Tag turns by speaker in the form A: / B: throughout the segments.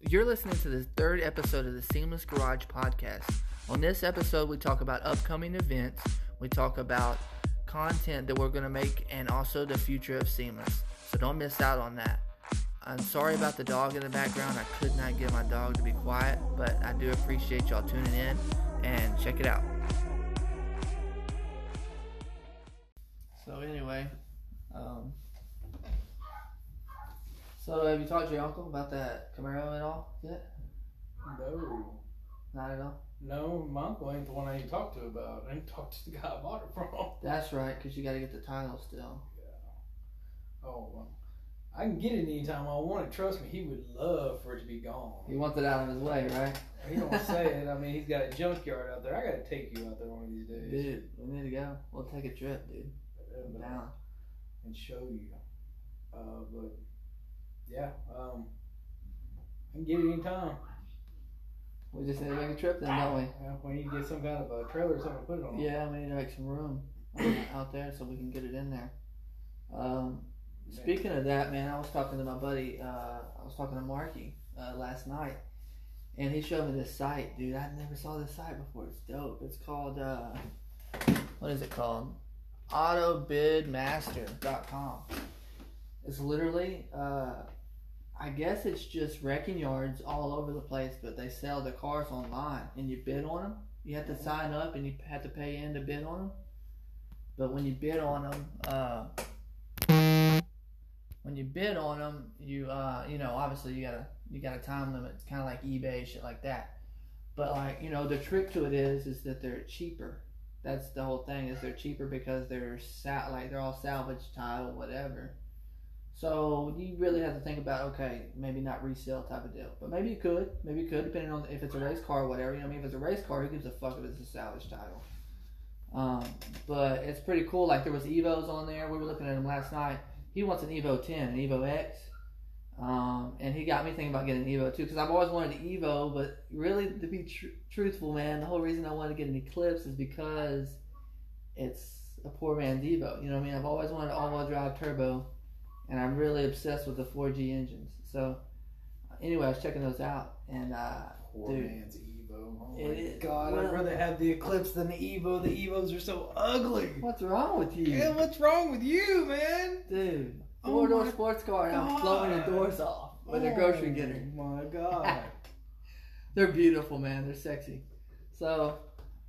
A: You're listening to the third episode of the Seamless Garage podcast. On this episode, we talk about upcoming events, we talk about content that we're going to make, and also the future of Seamless. So don't miss out on that. I'm sorry about the dog in the background. I could not get my dog to be quiet, but I do appreciate y'all tuning in and check it out. So, anyway, um, so have you talked to your uncle about that Camaro at all yet?
B: No.
A: Not at all.
B: No, my uncle ain't the one I ain't talked to about. I ain't talked to the guy I bought it from.
A: That's right, because you got to get the title still.
B: Oh, well. I can get it anytime I want it. Trust me, he would love for it to be gone.
A: He wants it out of his way, right?
B: He don't say it. I mean, he's got a junkyard out there. I gotta take you out there one of these days
A: Dude, we need to go. We'll take a trip, dude.
B: and, uh,
A: Down.
B: and show you. Uh, but yeah, um, I can get it anytime.
A: We just need to make a trip then, don't we?
B: Yeah, we need to get some kind of a trailer or something to put it on.
A: Yeah, we need to make some room out there so we can get it in there. Um, speaking of that, man, I was talking to my buddy. Uh, I was talking to Marky uh, last night, and he showed me this site, dude. I never saw this site before. It's dope. It's called uh, what is it called? AutoBidMaster.com. It's literally, uh, I guess it's just wrecking yards all over the place, but they sell the cars online, and you bid on them. You have to sign up and you have to pay in to bid on them. But when you bid on them, uh, when you bid on them, you uh, you know obviously you gotta you got a time limit, kind of like eBay shit like that. But like you know the trick to it is is that they're cheaper. That's the whole thing is they're cheaper because they're sat like they're all salvage title whatever. So you really have to think about okay maybe not resale type of deal, but maybe you could maybe you could depending on if it's a race car or whatever. You know what I mean if it's a race car who gives a fuck if it's a salvage title. Um, but it's pretty cool. Like there was Evos on there. We were looking at them last night. He wants an Evo 10, an Evo X. Um, and he got me thinking about getting an Evo too, because I've always wanted an Evo, but really, to be tr- truthful, man, the whole reason I wanted to get an Eclipse is because it's a poor man's Evo. You know what I mean? I've always wanted all-wheel drive turbo, and I'm really obsessed with the 4G engines. So, anyway, I was checking those out, and uh,
B: Poor
A: Dude.
B: man's Evo. Oh
A: It
B: my
A: is-
B: God,
A: well-
B: I'd rather have the Eclipse than the Evo. The Evos are so ugly.
A: what's wrong with you,
B: Yeah, what's wrong with you, man?
A: dude?
B: Oh
A: Four door
B: my
A: sports car, and I'm blowing the
B: God.
A: doors off with a grocery getter.
B: Oh my god.
A: They're beautiful, man. They're sexy. So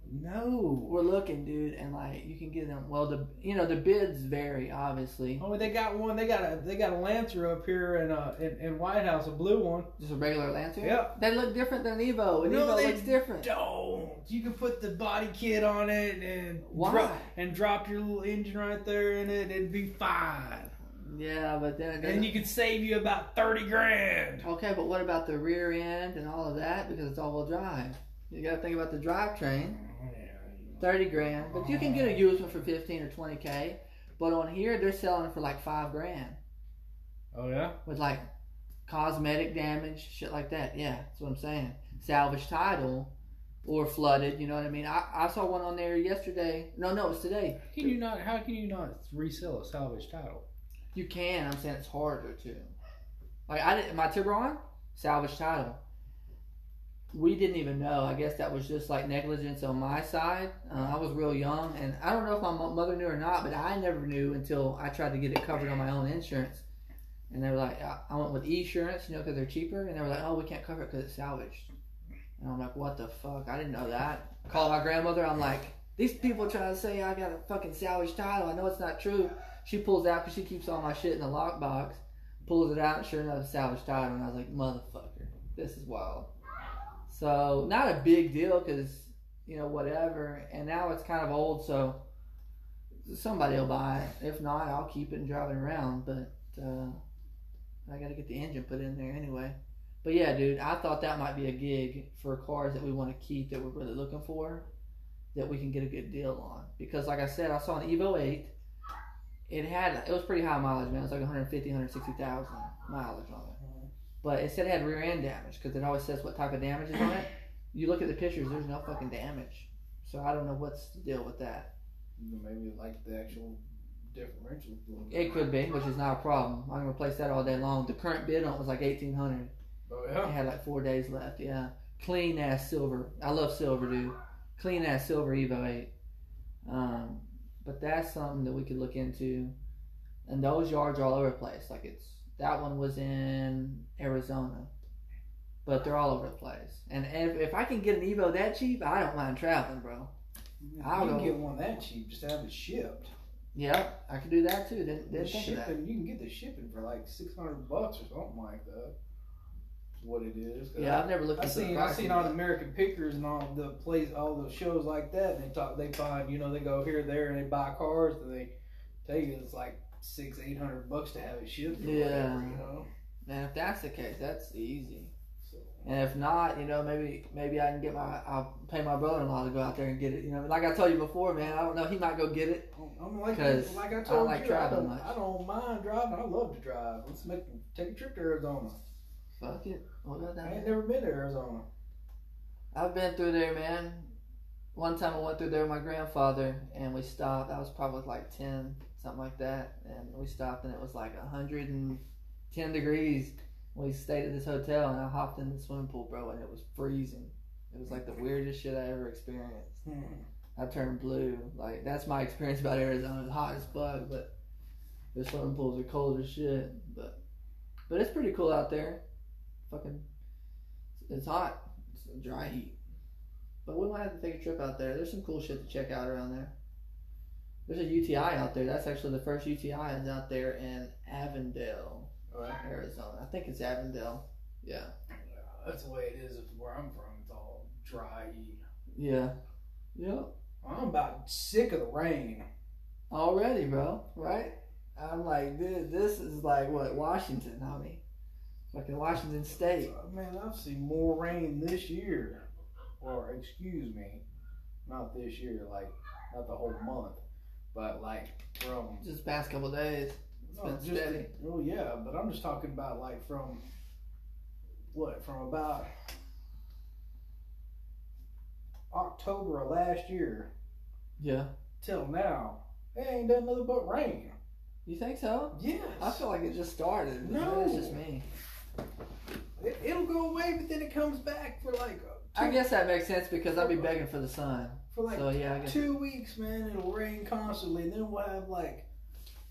B: no.
A: we're looking, dude, and like you can get them. Well, the you know the bids vary, obviously.
B: Oh, they got one. They got a they got a Lancer up here in uh in, in White House, a blue one.
A: Just a regular Lancer.
B: Yep.
A: They look different than an Evo. An
B: No,
A: Evo
B: they
A: looks different.
B: Don't. You can put the body kit on it and
A: Why?
B: dro- and drop your little engine right there in it. It'd be fine.
A: Yeah, but then it
B: And you
A: doesn't.
B: could save you about thirty grand.
A: Okay, but what about the rear end and all of that? Because it's all-wheel drive. You got to think about the drivetrain. Thirty grand, but you can get a used one for fifteen or twenty k. But on here, they're selling for like five grand.
B: Oh yeah.
A: with like cosmetic damage, shit like that. Yeah, that's what I'm saying. Salvage title or flooded, you know what I mean? I, I saw one on there yesterday. No, no, it's today.
B: Can you not? How can you not resell a salvage title?
A: You can, I'm saying it's harder to. Like I didn't my Tiburon, salvage title. We didn't even know. I guess that was just like negligence on my side. Uh, I was real young, and I don't know if my mo- mother knew or not, but I never knew until I tried to get it covered on my own insurance. And they were like, I, I went with eSurance, you know, because they're cheaper. And they were like, oh, we can't cover it because it's salvaged. And I'm like, what the fuck? I didn't know that. Called my grandmother. I'm like, these people trying to say I got a fucking salvage title. I know it's not true. She pulls out because she keeps all my shit in the lockbox. Pulls it out, and sure enough, salvage title. And I was like, motherfucker, this is wild. So not a big deal because you know whatever. And now it's kind of old, so somebody'll buy it. If not, I'll keep it and drive it around. But uh, I got to get the engine put in there anyway. But yeah, dude, I thought that might be a gig for cars that we want to keep that we're really looking for that we can get a good deal on. Because like I said, I saw an Evo 8. It had it was pretty high mileage, man. It was like 150, 160,000 mileage on it. But it said it had rear end damage because it always says what type of damage is on it. You look at the pictures, there's no fucking damage. So I don't know what's the deal with that.
B: Maybe like the actual differential.
A: It could be, which is not a problem. I can replace that all day long. The current bid on it was like eighteen hundred,
C: Oh
A: I
C: yeah.
A: had like four days left. Yeah, clean ass silver. I love silver, dude. Clean ass silver Evo eight. Um, but that's something that we could look into. And those yards are all over the place. Like it's that one was in Arizona, but they're all over the place. And if, if I can get an Evo that cheap, I don't mind traveling, bro. I
C: you
A: don't
C: can
A: know.
C: get one that cheap. Just have it shipped.
A: Yep, I could do that too. Didn't,
C: The
A: didn't think of that.
C: shipping, you can get the shipping for like six hundred bucks or something like that. Is What it is. 'Cause
A: Yeah, I've never looked.
C: I
A: at the
C: uh, seen I
A: price
C: seen
A: of
C: all
A: that.
C: the American Pickers and all the plays all the shows like that and they talk they find you know they go here there and they buy cars and they tell you it's like six eight hundred bucks to have it shipped or
A: Yeah.
C: whatever, you know
A: Man, if that's the case, that's easy.
C: so
A: And if not, you know, maybe maybe I can get my I'll pay my brother in law to go out there and get it. You know, like I told you before, man, I don't know, he might go get it.
C: I'm like
A: 'Cause
C: like I
A: I
C: told
A: like
C: you
A: driving
C: I, don't,
A: much.
C: I don't mind driving I love to drive let's make take a trip to Arizona
A: Fuck it. What about
C: I ain't
A: that?
C: never been to Arizona
A: I've been through there, man. One time I went through there with my grandfather and we stopped. I was probably like ten, something like that. And we stopped and it was like hundred and ten degrees. We stayed at this hotel and I hopped in the swimming pool, bro, and it was freezing. It was like the weirdest shit I ever experienced.
C: Hmm.
A: I turned blue. Like that's my experience about Arizona. It's hot as fuck, but the swimming pools are cold as shit. But but it's pretty cool out there. Fucking, it's hot. It's a dry heat. But we might have to take a trip out there. There's some cool shit to check out around there. There's a UTI out there. That's actually the first UTI is out there in Avondale,
C: All right.
A: Arizona. I think it's Avondale. Yeah.
C: that's the way it is where I'm from it's all dry
A: Yeah. Yep.
C: I'm about sick of the rain
A: already, bro. Right? I'm like, dude, this is like what Washington, homie. Fucking Washington State.
C: Uh, Man, I've seen more rain this year, or excuse me, not this year, like not the whole month, but like from
A: Just past couple days. been steady.
C: well, oh, yeah, but I'm just talking about like from what from about October of last year
A: Yeah.
C: till now. It ain't done nothing but rain.
A: You think so?
C: Yes,
A: I feel like it just started.
C: No.
A: It's just me.
C: it, it'll go away, but then it comes back for like uh,
A: I guess that makes sense because I'll be begging for the sun.
C: for like
A: So yeah, I guess.
C: two weeks, man. It'll rain constantly. and Then we'll have like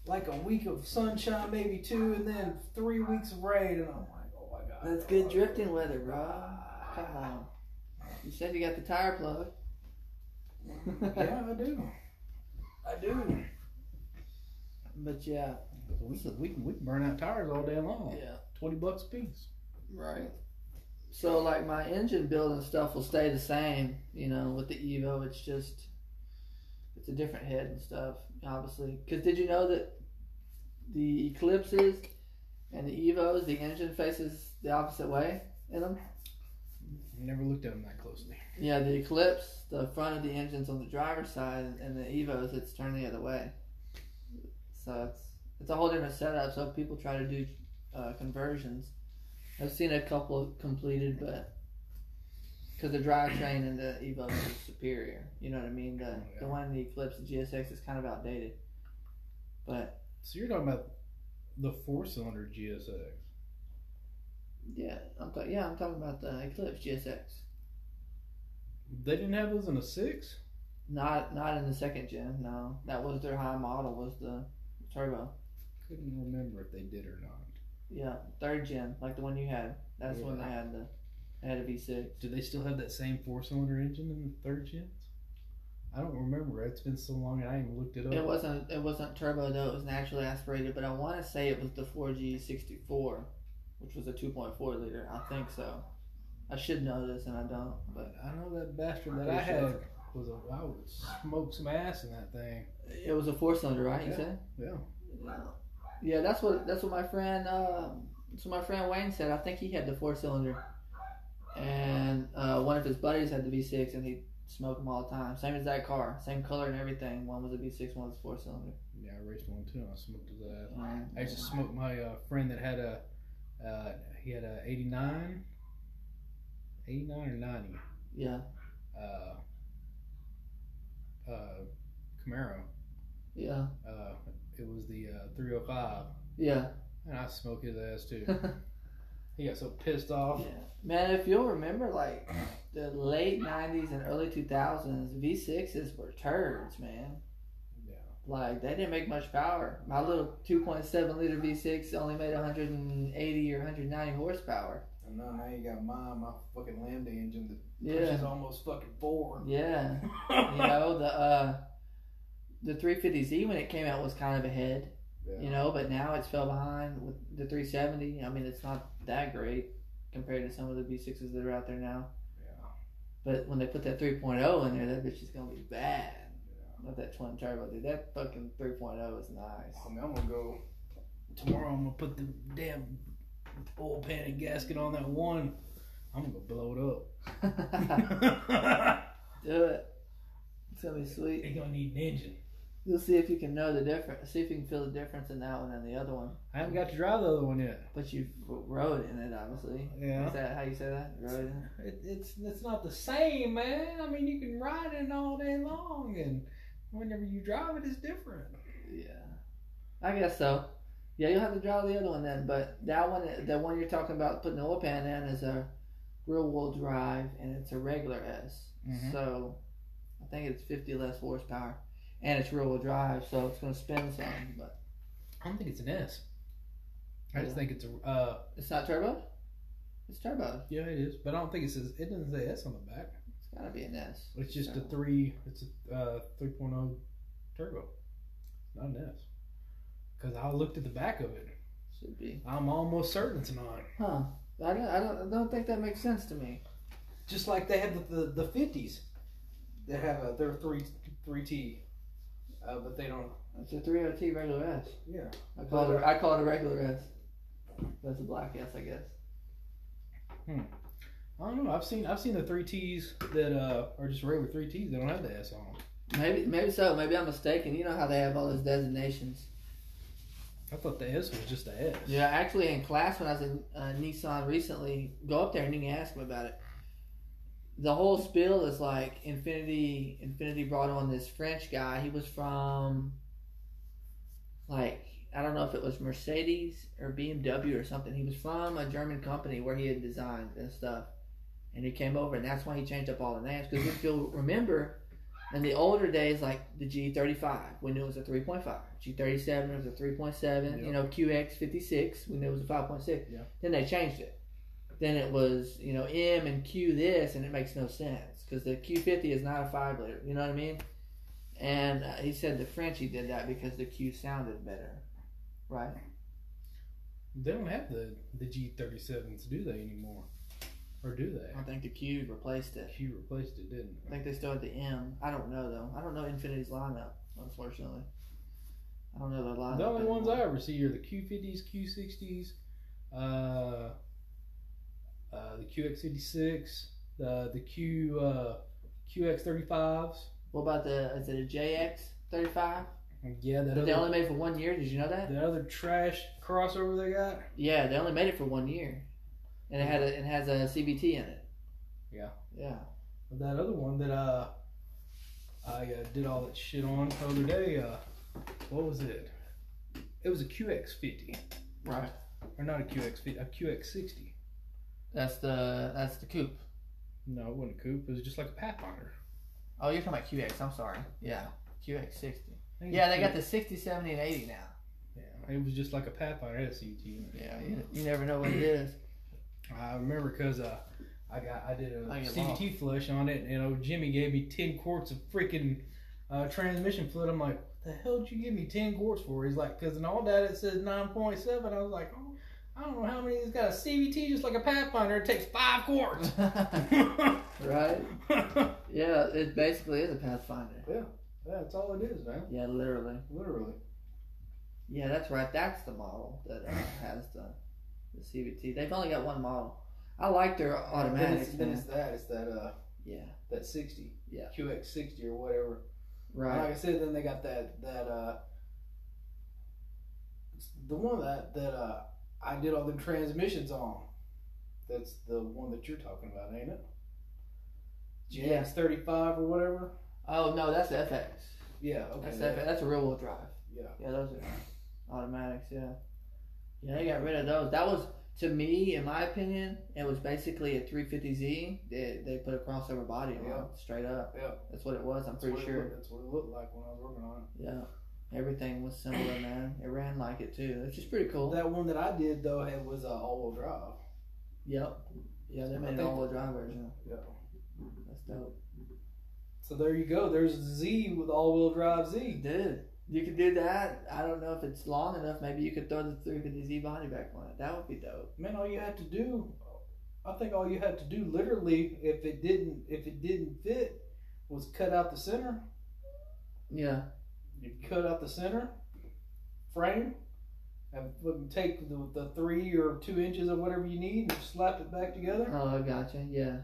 C: like a week of sunshine, maybe two, and then three weeks of rain. And I'm like, oh my god,
A: That's good drifting weather, bro. Come on. You said you got the tire plug.
C: yeah, I do. I do.
A: But yeah.
C: We can, we can we can burn out tires all day long.
A: Yeah.
C: Twenty bucks a piece.
A: Right. So like my engine build and stuff will stay the same, you know, with the Evo. It's just it's a different head and stuff, obviously. Because did you know that the Eclipses and the Evos, the engine faces the opposite way in them?
C: Never looked at them that closely.
A: Yeah, the Eclipse, the front of the engine's on the driver's side, and the Evos, it's turned the other way. So it's it's a whole different setup. So people try to do uh, conversions. I've seen a couple completed, but because the drivetrain and the Evo is superior. You know what I mean? The the one in the Eclipse, the GSX, is kind of outdated. But
B: So you're talking about the four cylinder GSX.
A: yeah, I'm ta- yeah I'm talking about the Eclipse GSX.
B: They didn't have those in a six?
A: Not not in the second gen. No, that was their high model. Was the turbo.
B: Couldn't remember if they did or not.
A: Yeah, third gen, like the one you had. That's when
B: Yeah.
A: I had the I had a V six.
B: Do they still have that same four cylinder engine in the third gens? I don't remember. It's been so long and I haven't looked it up.
A: It wasn't it wasn't turbo though. It was naturally aspirated, but I want to say it was the four G sixty four, which was a two point four liter. I think so. I should know this and I don't. But
B: But I know that bastard that
A: Pretty
B: I had
A: sure.
B: was a I would smoke some ass in that thing.
A: it was a four cylinder, right? You
B: Yeah.
A: said.
B: Yeah.
A: Yeah, that's what that's what my friend um so my friend Wayne said. I think he had the four cylinder, and uh, one of his buddies had the V six, and he smoked them all the time. Same as that car, same color and everything. One was a V six, one was a four cylinder.
B: Yeah, I raced one too and I smoked his ass.
A: Um,
B: I used to smoke my uh, friend that had a uh, he had a 89 89 or 90
A: yeah,
B: uh, uh, Camaro.
A: yeah,
B: Uh, it was the uh, 305,
A: yeah.
B: and I smoked his ass too. He got so pissed off.
A: Yeah. Man, if you'll remember, like the late '90s and early 2000s, V6s were turds, man.
B: Yeah.
A: Like they didn't make much power. My little 2.7 liter V6 only made 180 or 190 horsepower.
C: And now now you got mine, my fucking Lambda engine that
A: Yeah,
C: pushes almost fucking four.
A: yeah. You know the uh, the 350Z when it came out was kind of ahead,
C: Yeah.
A: you know, but now it's fell behind with the 370. I mean, it's not that great compared to some of the V6s that are out there now.
C: Yeah.
A: But when they put that 3.0 in there, that bitch is gonna be bad.
C: Yeah.
A: Not that twin turbo, dude. That fucking 3.0 is nice.
C: I mean, I'm gonna go.
B: Tomorrow I'm gonna put the damn oil pan and gasket on that one. I'm gonna blow it up.
A: Do it. It's gonna be
B: they
A: sweet.
B: gonna need an engine.
A: You'll see if you can know the difference. See if you can feel the difference in that one and the other one.
B: I haven't got to drive the other one yet.
A: But you rode in it, obviously.
B: Yeah.
A: Is that how you say that? Rode in it.
B: It, it's it's not the same, man. I mean, you can ride it all day long, and whenever you drive it, it's different.
A: Yeah. I guess so. Yeah, you'll have to drive the other one then. But that one, the one you're talking about putting the oil pan in, is a rear wheel drive and it's a regular S.
B: Mhm.
A: So I think it's 50 less horsepower and it's rear wheel drive, so it's gonna spin some. But
B: I don't think it's an S. I just
A: Yeah.
B: think it's a. Uh,
A: it's not turbo. It's turbo.
B: yeah, it is, but I don't think it says. It doesn't say S on the back.
A: It's gotta be an S.
B: It's just a
A: No.
B: three. It's a uh, 3.0 turbo, not an S. Because I looked at the back of it.
A: Should be.
B: I'm almost certain it's not.
A: Huh. I don't, I don't, I don't think that makes sense to me.
C: Just like they had the the fifties, they have a they're three three T, uh, but they don't.
A: It's a 3OT regular S.
C: Yeah.
A: I call it. A, I call it a regular S. That's a black S, I guess.
B: I don't know. I've seen I've seen the three T's that uh, are just regular three T's. They don't have the S on them.
A: Maybe, maybe so. Maybe I'm mistaken. You know how they have all those designations.
B: I thought the S was just a S.
A: Yeah, actually, in class when I was in uh, Nissan recently, go up there and you can ask them about it. The whole spiel is like Infinity. Infinity brought on this French guy. He was from, like, I don't know if it was Mercedes or BMW or something. He was from a German company where he had designed and stuff, and he came over, and that's why he changed up all the names. Because if you'll remember, in the older days, like the G35, we knew it was a 3.5. G37 was a 3.7.
B: Yeah.
A: You know, QX56, we knew it was a 5.6.
B: Yeah.
A: Then they changed it. Then it was, you know, M and Q this, and it makes no sense because the Q50 is not a 5 liter. You know what I mean? And uh, he said the Frenchie did that because the Q sounded better. Right?
B: They don't have the the G thirty sevens, do they anymore? Or do
A: I
B: they?
A: think the Q replaced it.
B: She replaced it, didn't
A: I
B: they?
A: think they still had the M. I don't know though. I don't know Infinity's lineup, unfortunately. I don't know their lineup.
B: The only ones I
A: anymore.
B: ever see are the Q fifties, Q sixties, uh, uh, the QX fifty six, the the Q uh, QX thirty fives.
A: What about the? Is it a JX thirty five?
B: Yeah, that
A: That they
B: other,
A: only made for one year. Did you know that?
B: that other trash crossover they got.
A: Yeah, they only made it for one year, and it had a, it has a CVT in it.
B: Yeah.
A: Yeah.
B: That other one that uh, I uh, did all that shit on the other day. Uh, what was it? It was a QX fifty,
A: Right.
B: or not a QX fifty, a QX sixty.
A: That's the that's the coupe.
B: No, it wasn't a coupe. It was just like a Pathfinder.
A: Oh, you're talking about QX. I'm sorry. Yeah. QX sixty.
B: I think
A: Yeah,
B: it
A: they
B: was
A: got the 60, 70, and eighty now.
B: cute. Yeah, it was just like a Pathfinder. It had a CT in it.
A: Yeah. You, you never know what it is.
B: I remember because uh, I got I did a
A: I get
B: CVT flush on it, and you know Jimmy gave me ten quarts of freaking uh, transmission fluid. I'm like, what the hell did you give me ten quarts for? He's like, because in all that it says nine point seven. I was like, oh, I don't know how many. It's got a CVT just like a Pathfinder. It takes five quarts.
A: right. Yeah. It basically is a Pathfinder.
C: That's all it is, man.
A: Yeah, literally.
C: Literally.
A: Yeah, that's right. That's the model that uh, has the, the CVT. They've only got one model. I like their
C: Then it's,
A: automatics,
C: then it's
A: man.
C: that. It's that. Uh,
A: Yeah,
C: that sixty.
A: Yeah.
C: QX sixty or whatever. And
A: right.
C: Like I said, then they got that that uh it's the one that that uh I did all the transmissions on. That's the one that you're talking about, ain't it? GX
A: Yeah.
C: thirty five or whatever.
A: Oh no, that's the FX.
C: Yeah. Okay.
A: That's
C: yeah,
A: FX. That's a real wheel drive.
C: yeah.
A: Yeah, those are automatics. Yeah. Yeah, they got rid of those. That was to me, in my opinion, it was basically a 350Z. They, they put a crossover body on
C: Yeah.
A: it, straight up.
C: Yeah.
A: That's what it was. I'm pretty
C: what it
A: sure.
C: looked- that's what it looked like when I was working on it.
A: Yeah, everything was similar, man. It ran like it too, which is pretty cool.
C: That one that I did though had was a all wheel drive.
A: Yep. Yeah, they
C: I
A: made an
C: think-
A: all-wheel drive version.
C: Yeah.
A: That's dope,
C: So there you go. There's Z with all wheel drive Z.
A: dude. You could do that. I don't know if it's long enough. Maybe you could throw the 350Z body back on it. That would be dope.
C: Man, all you had to do, I think all you had to do, literally, if it didn't if it didn't fit, was cut out the center.
A: Yeah.
C: You cut out the center frame and fucking take the, the three or two inches of whatever you need and slap it back together.
A: Oh, gotcha. Yeah.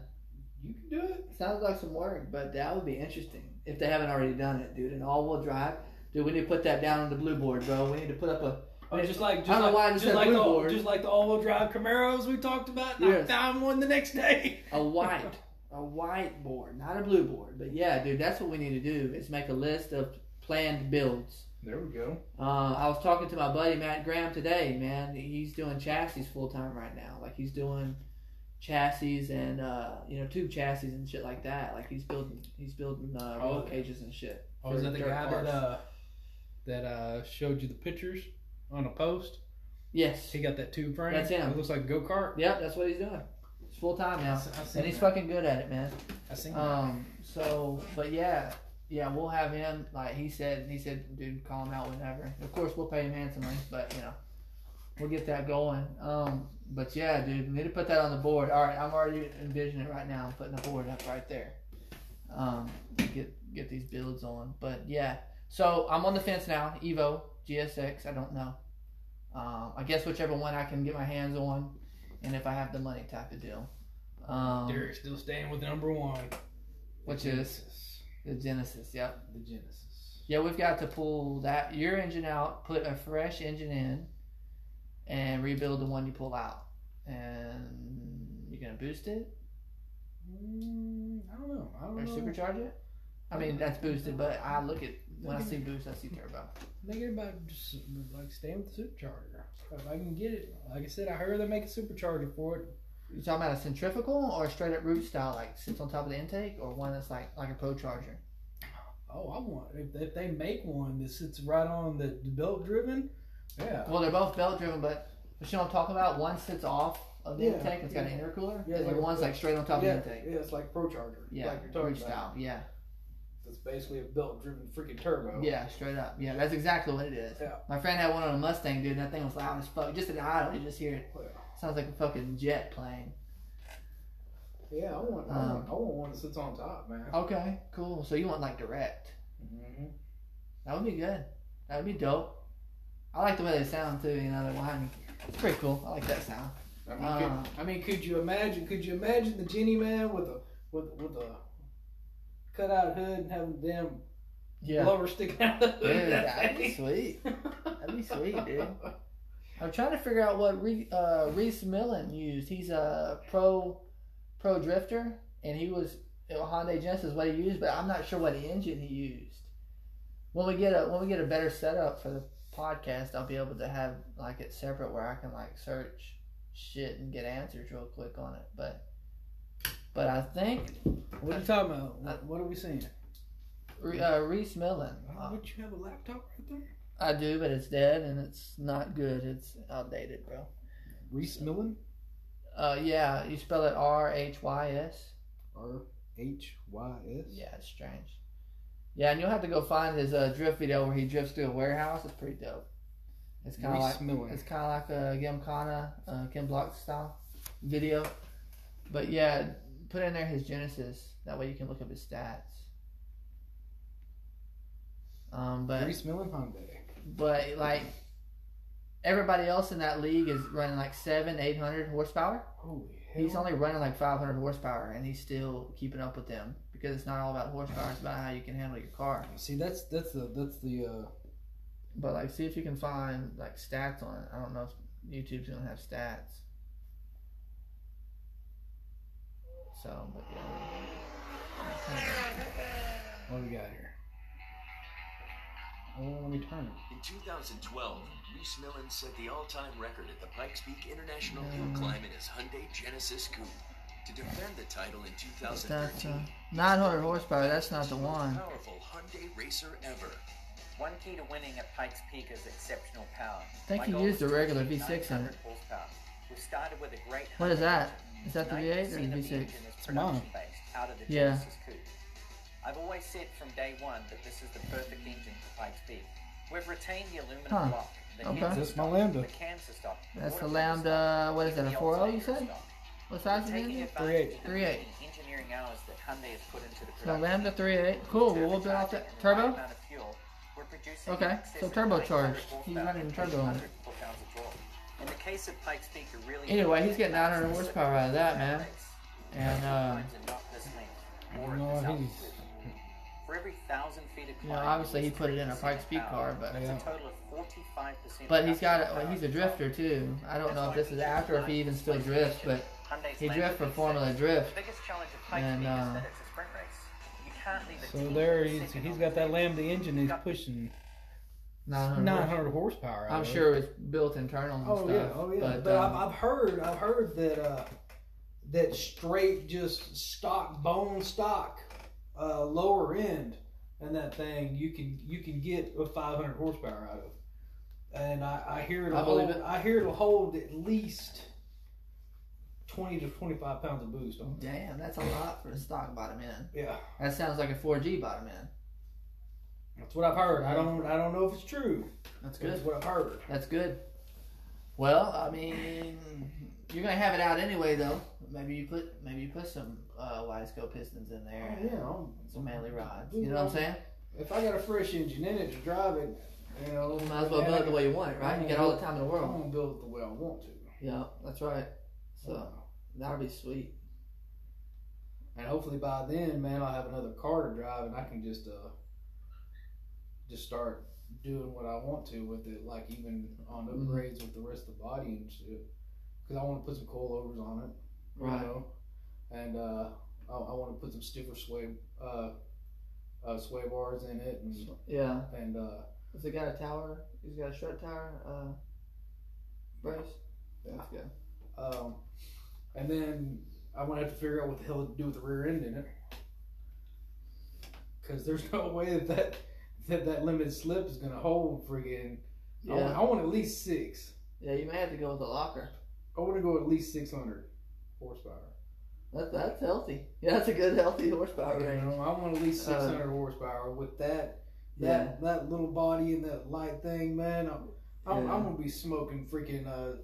C: You can do it.
A: Sounds like some work, but that would be interesting if they haven't already done it, dude. An all-wheel drive, dude. We need to put that down on the blue board, bro. We need to put up a
C: Or just like just
A: I don't know
C: like,
A: why I just
C: just
A: said
C: like
A: blue
C: the,
A: board.
C: just like the all wheel drive Camaros we talked about. And I
A: Yes.
C: found one the next day.
A: a white a white board not a blue board but yeah dude that's what we need to do is make a list of planned builds
B: There we go.
A: uh, i was talking to my buddy matt graham today man he's doing chassis full time right now like he's doing chassis and uh, you know tube chassis and shit like that like he's building he's building uh,
B: Oh.
A: roll cages and shit
B: Oh, is
A: for
B: that the
A: dirt
B: guy
A: parks.
B: that uh, that uh, showed you the pictures on a post?
A: yes
B: He got that tube frame.
A: That's him.
B: It looks like a go kart.
A: yep that's what he's doing it's full time now
B: I seen
A: and he's
B: that.
A: fucking good at it man
B: I seen that.
A: Um. So, but yeah, yeah, we'll have him. Like he said, he said, dude, call him out whenever. Of course, we'll pay him handsomely, but you know, we'll get that going. Um. But yeah, dude, we need to put that on the board. All right, I'm already envisioning it right now. I'm putting the board up right there. Um. Get get these builds on. But yeah, so I'm on the fence now. Evo GSX. I don't know. Um. I guess whichever one I can get my hands on, and if I have the money type of deal. Um.
B: Derek's still staying with number one,
A: Which is the Genesis. Yep.
B: the Genesis.
A: Yeah, we've got to pull that your engine out, put a fresh engine in, and rebuild the one you pull out. And you're gonna boost it
B: Mm, I don't know. I don't
A: or
C: Mm-hmm.
B: know.
A: supercharge it? I mean that's boosted, but I look at when I see boost, I see turbo.
B: I think everybody just like staying with the supercharger. If I can get it, like I said, I heard they make a supercharger for it.
A: You talking about a centrifugal or straight up root style, like sits on top of the intake, or one that's like like a pro charger?
B: Oh, I want if, if they make one that sits right on the belt driven. Yeah.
A: Well, they're both belt driven, but but you know what I'm talking about. One sits off of the
C: Yeah,
A: intake, it's got an
C: yeah.
A: intercooler,
C: Yeah,
A: and
C: like-
A: the one's like straight on top
C: yeah,
A: of the intake.
C: yeah, it's like Pro Charger.
A: Yeah,
C: like you're
A: root
C: talking about.
A: style. Yeah.
C: It's basically a belt driven freaking turbo.
A: Yeah, straight up. Yeah, that's exactly what it is.
C: Yeah.
A: My friend had one on a Mustang, dude. And that thing was loud as fuck. Just an idle, you just hear it. Sounds like a fucking jet plane.
C: Yeah, I want, I
A: Um,
C: want, I want one that sits on top, man.
B: uh,
A: Okay, cool. So you want like direct?
C: Mm-hmm.
A: That would be good. That would be dope. I like the way they sound too. You know, they're whining. It's pretty cool. I like that sound.
C: I mean, could,
B: uh,
C: I mean, could you imagine? Could you imagine the Genie Man with a with with a cutout hood and having the damn blower sticking out the hood?
A: Dude,
C: of that
A: that'd be
C: thing?
A: sweet. That'd be sweet, dude. I'm trying to figure out what Re- uh, Reese Millen used. He's a pro pro drifter, and he was you know, Hyundai Genesis is what he used, but I'm not sure what engine he used. When we get a when we get a better setup for the podcast, I'll be able to have like it separate where I can like search shit and get answers real quick on it. But but I think
B: What are you talking about? What, what are we saying?
A: Re- uh, Reese Millen.
B: Why
A: uh,
B: Would you have a laptop right there?
A: I do, but it's dead and it's not good. It's outdated, bro.
B: Reese Millen.
A: Uh, yeah, you spell it R H Y S.
B: R H Y S.
A: Yeah, it's strange. Yeah, and you'll have to go find his uh, drift video where he drifts through a warehouse. It's pretty dope. It's kind of
B: Reese
A: like
B: Millen.
A: it's kind of like a Gymkhana, uh, Kim Block style video. But yeah, put in there his Genesis. That way you can look up his stats. Um, but
B: Reese Millen Hyundai.
A: but like everybody else in that league is running like seven, eight hundred horsepower.
B: Holy hell.
A: He's only running like 500 horsepower, and he's still keeping up with them because it's not all about horsepower; it's about how you can handle your car.
B: See, that's that's the that's the uh,
A: But like, see if you can find like stats on it. I don't know if YouTube's gonna have stats. So, but yeah.
B: what we got here. or return it.
D: In 2012, Reese Millen set the all-time record at the Pikes Peak International Hill Climb in his Hyundai Genesis Coupe. To defend the title in
A: But that's
D: 2013,
A: uh, 900 horsepower. That's not the one.
D: powerful Hyundai racer ever.
E: One key to winning at Pikes Peak is exceptional power.
A: think
E: My
A: he
E: goal
A: used
E: is
A: a
E: to
A: regular
E: achieve
A: V6 in
E: 900 horsepower. We started with a great
A: What is
E: Hyundai
A: that?
E: engine.
A: Is that the
E: Tonight,
A: V8 or
E: you've
A: the
E: seen that
A: V6?
E: engine is
B: Come on.
E: production-based out of the
A: Yeah.
E: Genesis coupe. I've always said from day one that this is the perfect engine for Pikes Peak. We've retained the aluminum
A: Huh.
E: block, the
A: Okay.
E: Hansa
B: That's my
E: stock,
B: Lambda.
E: the Kansas stock, the
A: That's the
E: Waterbury
A: Lambda.
E: stock,
A: What is
E: and
A: that? A
E: the
A: 4L? You
E: Altair
A: said?
E: stock.
A: What
E: We're
A: size is it?
E: taking
A: again?
E: advantage of the
A: 3.8.
E: many engineering hours that Hyundai has put into the
A: So
E: production.
A: Lambda 38. Cool. Oh, Well, we'll build out that turbo. Okay,
E: Okay,
A: so
E: so
A: turbocharged.
E: turbocharged.
A: He's
E: He's
A: not
E: not
A: even
E: even
A: turbo on it.
E: In the case of Pike's Peak, you're really
A: Anyway, he's getting 900 horsepower out of that, man. And,
E: And
A: uh,
B: No, he's-
E: For every thousand feet of
A: You
E: climb,
A: know, obviously he put it in a Pikes Peak car, but
E: It's
B: Yeah.
E: a total of 45%.
A: but he's got a, well, he's a drifter too. I don't know if this is after, or if he even still drifts, but he drifts for Formula Drift.
E: biggest challenge of
A: And,
E: Pikes Peak
A: uh,
E: is that it's a sprint race. You can't leave a
B: So
E: team
B: there
E: sitting
B: he's, he's
E: on
B: got
E: the
B: that Lambda engine. He's pushing
A: 900.
B: 900 horsepower. out
A: I'm
B: of it.
A: sure it's built internals and
C: Oh
A: stuff.
C: yeah, oh yeah.
A: But,
C: But,
A: um,
C: I've, I've heard, I've heard that uh, that straight, just stock, bone stock, uh, lower end, and that thing you can you can get a 500 horsepower out of. And I, I hear it'll
A: I believe
C: hold,
A: it.
C: I hear it'll hold at least 20 to 25 pounds of boost on. it.
A: damn, that's a lot for a stock bottom end.
C: Yeah,
A: That sounds like a 4G bottom end.
C: that's what I've heard. I don't I don't know if it's true.
A: That's
C: but That's
A: good.
C: what I've heard.
A: That's good. Well, I mean, you're gonna have it out anyway, though. Maybe you put maybe you put some uh, Wiseco pistons in
C: Oh,
A: there,
C: yeah, I'm-
A: some manly rods. You know what I'm saying?
C: if I got a fresh engine in it to drive it, you know,
A: You might as well
C: yeah,
A: build it the way you want it, right? You got all the time in the
C: I'm
A: world.
C: gonna build it the way I want to.
A: Yeah, that's right. So
C: So,
A: that'll be sweet.
C: and hopefully by then, man, I'll have another car to drive, and I can just uh, just start doing what I want to with it, like even on
A: Mhm.
C: upgrades with the rest of the body and shit. Because I want to put some coilovers on it,
A: Right.
C: You know? And uh, I, I want to put some stiffer sway uh, uh, sway bars in it, and
A: Yeah.
C: and uh,
A: Has it got a tower? He's got a strut tower. Uh, brace. That's good.
C: um, and then I want to have to figure out what the hell to do with the rear end in it. Because there's no way that that, that that limited slip is going to hold friggin'.
B: Oh,
C: I, want,
A: Yeah.
C: I want at least six.
A: Yeah. You may have to go with a locker.
C: I want to go at least 600 horsepower.
A: That, that's healthy. Yeah, that's a good healthy horsepower
C: You
A: range.
C: know, I want at least
A: Uh,
C: 600 horsepower with that
A: Yeah.
C: that that little body and that light thing, man. I'm I'm,
A: Yeah.
C: I'm gonna be smoking freaking uh,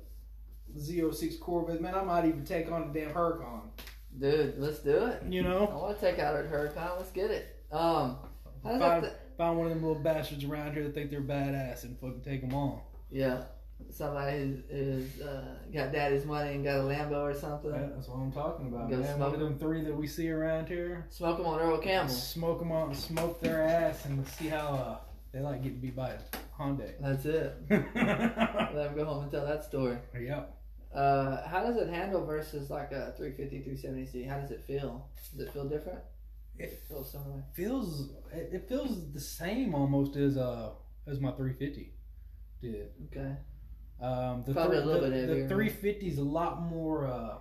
C: Z06 Corvette, man. I might even take on the damn Huracan.
A: Dude, let's do it.
B: You
A: I
B: know,
A: want to take out a hurricane. Let's get it. Um, I don't
B: Five-
A: know if
B: find one of them little bastards around here that think they're badass and fucking take them on.
A: the- yeah, somebody who's, who's uh, got daddy's money and got a Lambo or something.
B: Yeah, that's what I'm talking about.
A: Go
B: Man.
A: smoke
B: One of them three that we see around here.
A: Smoke 'em on Earl Campbell.
B: Smoke them out and smoke their ass and see how uh, they like getting beat by a Hyundai.
A: That's it. Let
B: yep.
A: him go home and tell that story. Uh, how does it handle versus like a 350, 370C? How does it feel? Does it feel different? Does it feel similar?
B: Feels it, it feels the same almost as uh as my 350 did.
A: Okay.
B: Um, the
A: Probably a
B: three-
A: little
B: the,
A: bit
B: the
A: heavier.
B: 350 is a lot more uh,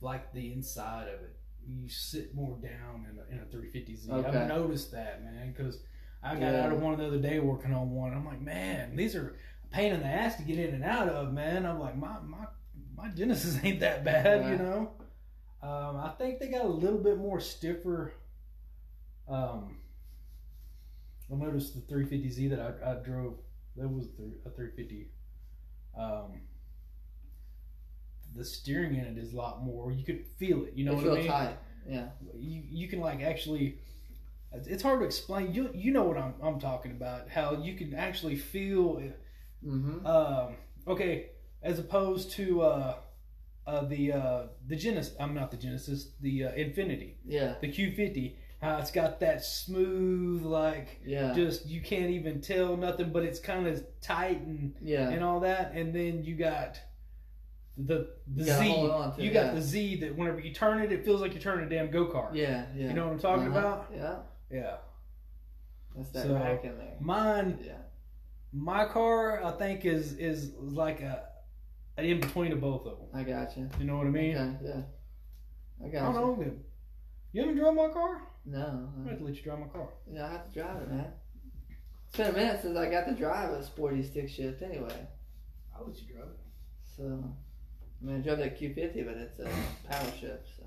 B: like the inside of it. You sit more down in a, in a 350Z.
A: Okay.
B: I've noticed that, man, because I got
A: Yeah.
B: out of one the other day working on one. I'm like, man, these are a pain in the ass to get in and out of, man. I'm like, my my my Genesis ain't that bad, you
A: Right.
B: know. Um, I think they got a little bit more stiffer. Um, I noticed the 350Z that I, I drove. That was the- a 350. Um, the steering in it is a lot more. You could feel it. You know
A: it
B: what
A: feels
B: I mean?
A: tight. Yeah.
B: you, you can like actually it's it's hard to explain you you know what I'm, I'm talking about how you can actually feel
A: Mm-hmm.
B: um okay as opposed to uh uh the uh the genesis i'm not the genesis the uh, infinity
A: Yeah.
B: the q50 how it's got that smooth like
A: Yeah.
B: just you can't even tell nothing but it's kind of tight and
A: yeah.
B: and all that, and then you got the the
A: You gotta
B: Z.
A: hold on to
B: you
A: it,
B: got
A: yeah.
B: the Z that whenever you turn it, it feels like you're turning a damn go kart.
A: yeah. Yeah.
B: You know what I'm talking
A: Uh-huh.
B: about?
A: Yeah.
B: Yeah.
A: That's that
B: So- mm.
A: rack in there.
B: Mine,
A: Yeah.
B: my car, I think is is like a an in between of both of them.
A: I got you.
B: You know what I mean?
A: Okay, yeah. I
B: I
A: got
B: don't
A: you.
B: know. You haven't driven my car?
A: No.
B: I'm gonna
A: I-
B: have to let you drive my car.
A: Yeah, I have to drive it, man. It's been a minute since I got to drive a sporty stick shift anyway.
C: I let you drive it.
A: So, I mean, I drove that Q50, but it's a paddle shift, so.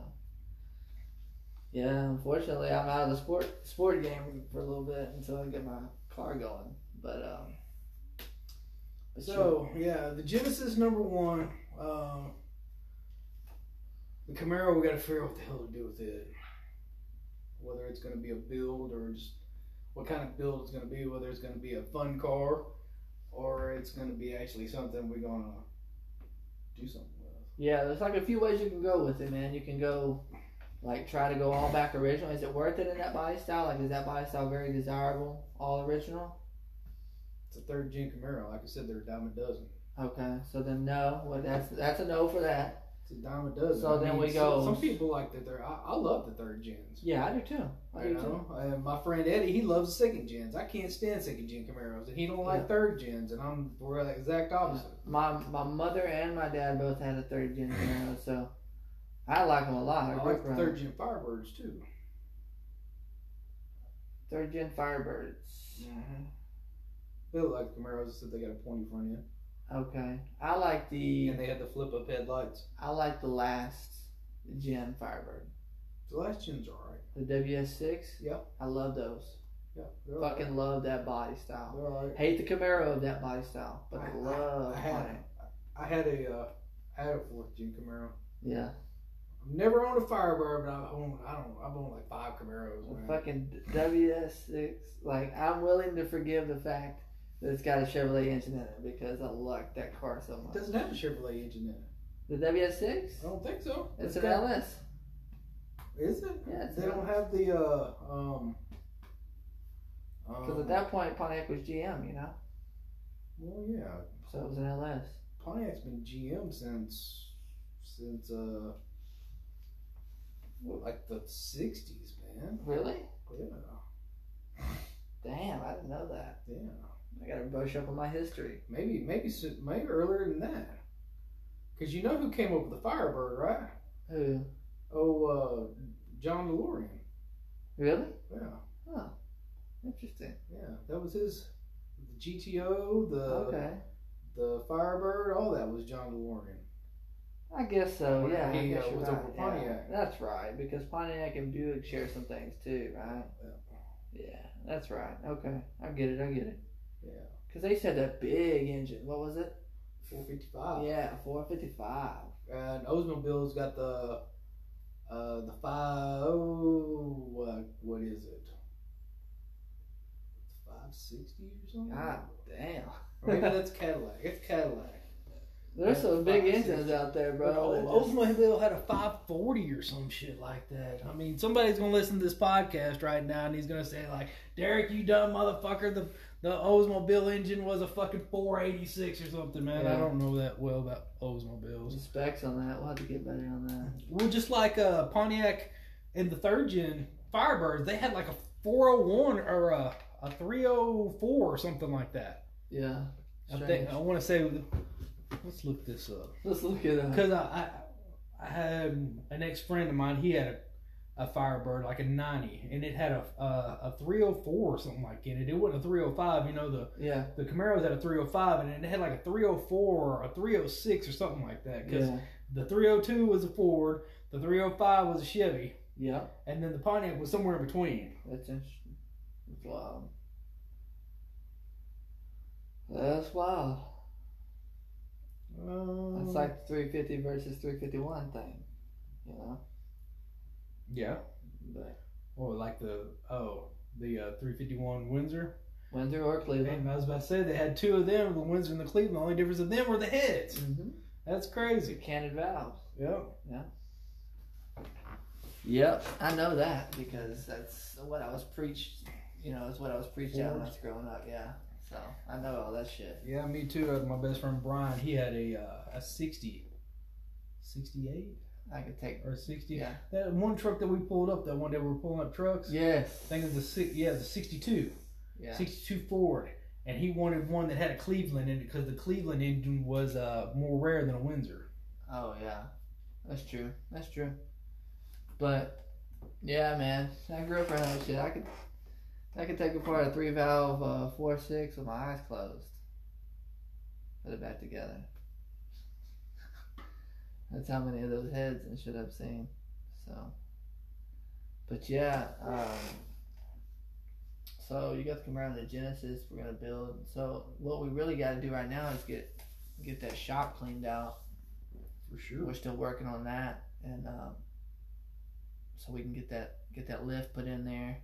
A: Yeah, unfortunately, I'm out of the sport sport game for a little bit until I get my car going. But, um. but sure.
C: So yeah, the Genesis number one. Um, the Camaro, we got to figure out what the hell to do with it. Whether it's going to be a build or just what kind of build it's going to be. Whether it's going to be a fun car or it's going to be actually something we're going to do something with.
A: Yeah, there's like a few ways you can go with it, man. You can go, like, try to go all back original. Is it worth it in that body style? Like, is that body style very desirable? All original?
C: It's a third gen Camaro. Like I said, they're a dime a dozen.
A: Okay, so then no. Well, that's that's a no for that.
C: It's a dime a dozen.
A: So then we go-
C: Some, some people like the third. I, I love the third gens.
A: Yeah, I do too. I
C: You
A: do too.
C: know, uh, my friend Eddie, he loves second gens. I can't stand second gen Camaros, and he don't like
A: Yeah.
C: third gens, and I'm we're the exact opposite.
A: My my mother and my dad both had a third gen Camaro, so I like them a lot.
C: I
A: I
C: like
A: grew
C: the
A: up
C: third
A: third,
C: gen Firebirds too.
A: third gen Firebirds.
C: They look like the Camaros said they got a pointy front end,
A: Okay, I like the
C: and they had the flip up headlights.
A: I like the last gen Firebird,
C: The last gens are alright.
A: the WS6.
C: Yeah.
A: I love those.
C: Yeah, they're alright.
A: Fucking love that body style.
C: They're alright.
A: Hate the Camaro of that body style, but I,
C: I- I-
A: love
C: I had
A: it.
C: I had a uh, I had a fourth gen Camaro.
A: Yeah,
C: I've never owned a Firebird, but I've owned I don't I've owned like five Camaros.
A: The
C: man.
A: fucking WS6. Like, I'm willing to forgive the fact that it's got a Chevrolet engine in it because I like that car so
C: It
A: much.
C: doesn't Oh, have a Chevrolet engine in it.
A: The WS6?
C: I don't think so.
A: It's an
C: got-
A: LS.
C: Is it?
A: Yeah, it's
C: they
A: an
C: don't
A: LS.
C: have the uh um.
A: Because
C: um,
A: at that point, Pontiac was GM, you know?
C: Well, yeah,
A: So it was an LS.
C: Pontiac's been GM since since uh like the '60s, man.
A: Really?
C: Yeah,
A: Damn, I didn't know that.
C: yeah.
A: I gotta brush up on my history.
C: Maybe maybe s- maybe earlier than that. Cause you know who came up with the Firebird, right?
A: Who?
C: Oh, uh, John DeLorean.
A: Really?
C: Yeah,
A: Interesting.
C: yeah. That was his. The GTO, the
A: okay.
C: the Firebird, all that was John DeLorean.
A: I guess so,
C: Well,
A: yeah. I
C: he,
A: guess
C: uh,
A: you're
C: was
A: right.
C: over
A: Yeah,
C: Pontiac.
A: that's right, because Pontiac and Buick share some things too, right?
C: Yeah.
A: Yeah, that's right. Okay, I get it. I get it.
C: Yeah.
A: Because they said that big engine. What was it?
C: 455.
A: yeah, 455.
C: And Uh, Oldsmobile's got the uh the five oh what what is it? Five sixty or something?
B: Ah.
A: God damn.
C: Or maybe that's Cadillac. It's Cadillac.
A: There's
C: Yeah,
A: some big
C: five,
A: engines
C: six.
A: out there, bro. that
B: Well,
A: just-
B: Oldsmobile had a 540 or some shit like that. I mean, somebody's gonna listen to this podcast right now and he's gonna say like, "Derek, you dumb motherfucker! The the Oldsmobile engine was a fucking 486 or something, man."
A: Yeah.
B: I don't know that well about Oldsmobiles.
A: the specs on that. We'll have to get better on that.
B: Well, just like uh, Pontiac and the third gen Firebirds, they had like a 401 or a, a 304 or something like that.
A: Yeah.
B: I
A: Strange.
B: think I want to say. Let's look this up.
A: Let's look at uh, that.
B: Because I, I, I had an ex friend of mine. He had a, a Firebird, like a ninety, and it had a a, a three hundred four or something like in it. It wasn't a three hundred five. You know the
A: Yeah.
B: the Camaros had a three hundred five, and it had like a three hundred four or a three hundred six or something like that. Because
A: Yeah.
B: the three hundred two was a Ford, the three hundred five was a Chevy,
A: Yeah.
B: and then the Pontiac was somewhere in between.
A: That's interesting. That's wild. That's wild.
C: Um,
A: It's like 350 versus 351 thing, you know.
B: Yeah.
A: But
B: Or like the oh the uh, three fifty one Windsor.
A: Windsor or Cleveland.
B: And I was about to say they had two of them, the Windsor and the Cleveland. The only difference of them were the heads.
A: Mm-hmm.
B: That's crazy.
A: Canted valves.
B: Yep.
A: Yep, I know that because that's what I was preached. You know, it's what I was preached at when I was growing up. Yeah, so I know all that shit.
B: Yeah, me too. Uh, my best friend Brian, he had a uh, a 60, 68
A: I could take.
B: or 60.
A: Yeah.
B: That one truck that we pulled up that one day we were pulling up trucks.
A: Yes.
B: I think it was a six. Yeah, the sixty two.
A: Yeah.
B: 62 Ford, and he wanted one that had a Cleveland in it because the Cleveland engine was uh, more rare than a Windsor.
A: Oh yeah, that's true. That's true. But yeah, man, I grew up around that shit. I could, I could take apart a three valve uh, four six with my eyes closed. Put it back together. That's how many of those heads and shit I've seen. So. But yeah, um, so you guys come around to Genesis. We're gonna build. So what we really got to do right now is get get that shop cleaned out
C: for sure.
A: we're still working on that and um, so we can get that get that lift put in there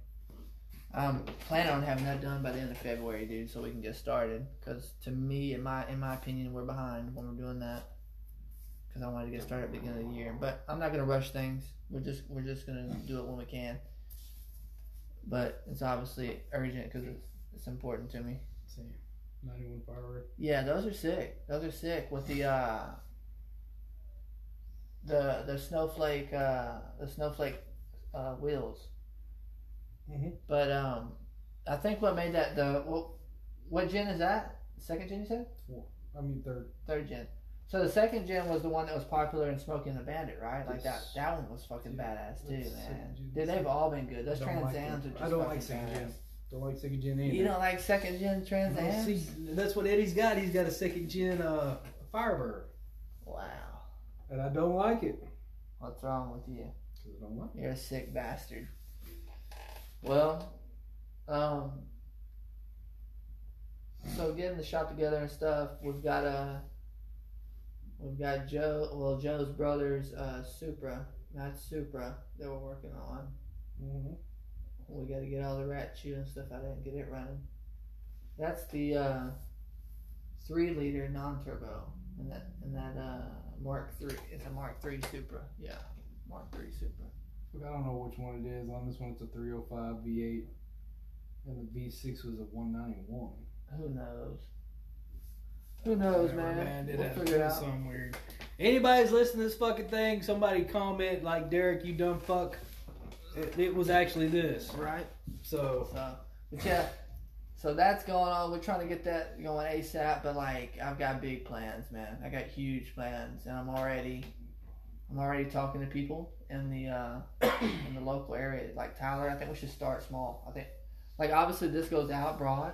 A: i'm planning on having that done by the end of february dude so we can get started because to me in my in my opinion we're behind when we're doing that because i wanted to get started at the beginning of the year but i'm not gonna rush things we're just we're just gonna do it when we can but it's obviously urgent because it's, it's important to me
B: Same. 91 Firebird.
A: yeah, those are sick. Those are sick with the uh the the snowflake uh the snowflake uh wheels.
B: Mhm.
A: But um I think what made that the what, what gen is that? Second gen you said?
B: I mean, third.
A: Third gen. So the second gen was the one that was popular in Smoking the Bandit, right? Like that
B: Yes.
A: that one was fucking
B: Dude,
A: badass too,
B: that's so-
A: man.
B: dude,
A: Dude, they've all been good. Those
B: Don't like
A: Trans Ams are
B: them.
A: just
B: I don't
A: fucking
B: like second gen.
A: badass.
B: Don't like second gen either.
A: You don't like second gen Trans
B: Well,
A: Ams?
B: see, that's what Eddie's got. He's got a second gen uh, Firebird,
A: Wow.
B: and I don't like it
A: What's wrong with you?
B: 'Cause I don't like
A: You're a sick bastard. Well, um, so getting the shop together and stuff, we've got uh, we've got Joe, well Joe's brother's uh, Supra, not Supra that we're working on.
B: it. hmm
C: Mm-hmm.
A: We got to get all the rat chew and stuff. I didn't get it running. That's the uh, three liter non turbo, and that and that uh, Mark three. It's a Mark three Supra. Yeah, Mark three Supra.
B: I don't know which one it is. On this one, it's a 305 V8, and the V6 was a 191.
A: Who knows? Who knows, man?
B: It
A: We'll
B: has
A: figure it
B: been
A: out.
B: something weird. Anybody's listening to this fucking thing, somebody comment like, Derek, you dumb fuck. It, it was actually this.
A: Right.
B: So,
A: So, but yeah. So that's going on. We're trying to get that going ASAP, but like I've got big plans, man. I got huge plans, and I'm already, I'm already talking to people in the uh, in the local area, like Tyler. I think we should start small. I think, like obviously this goes out broad.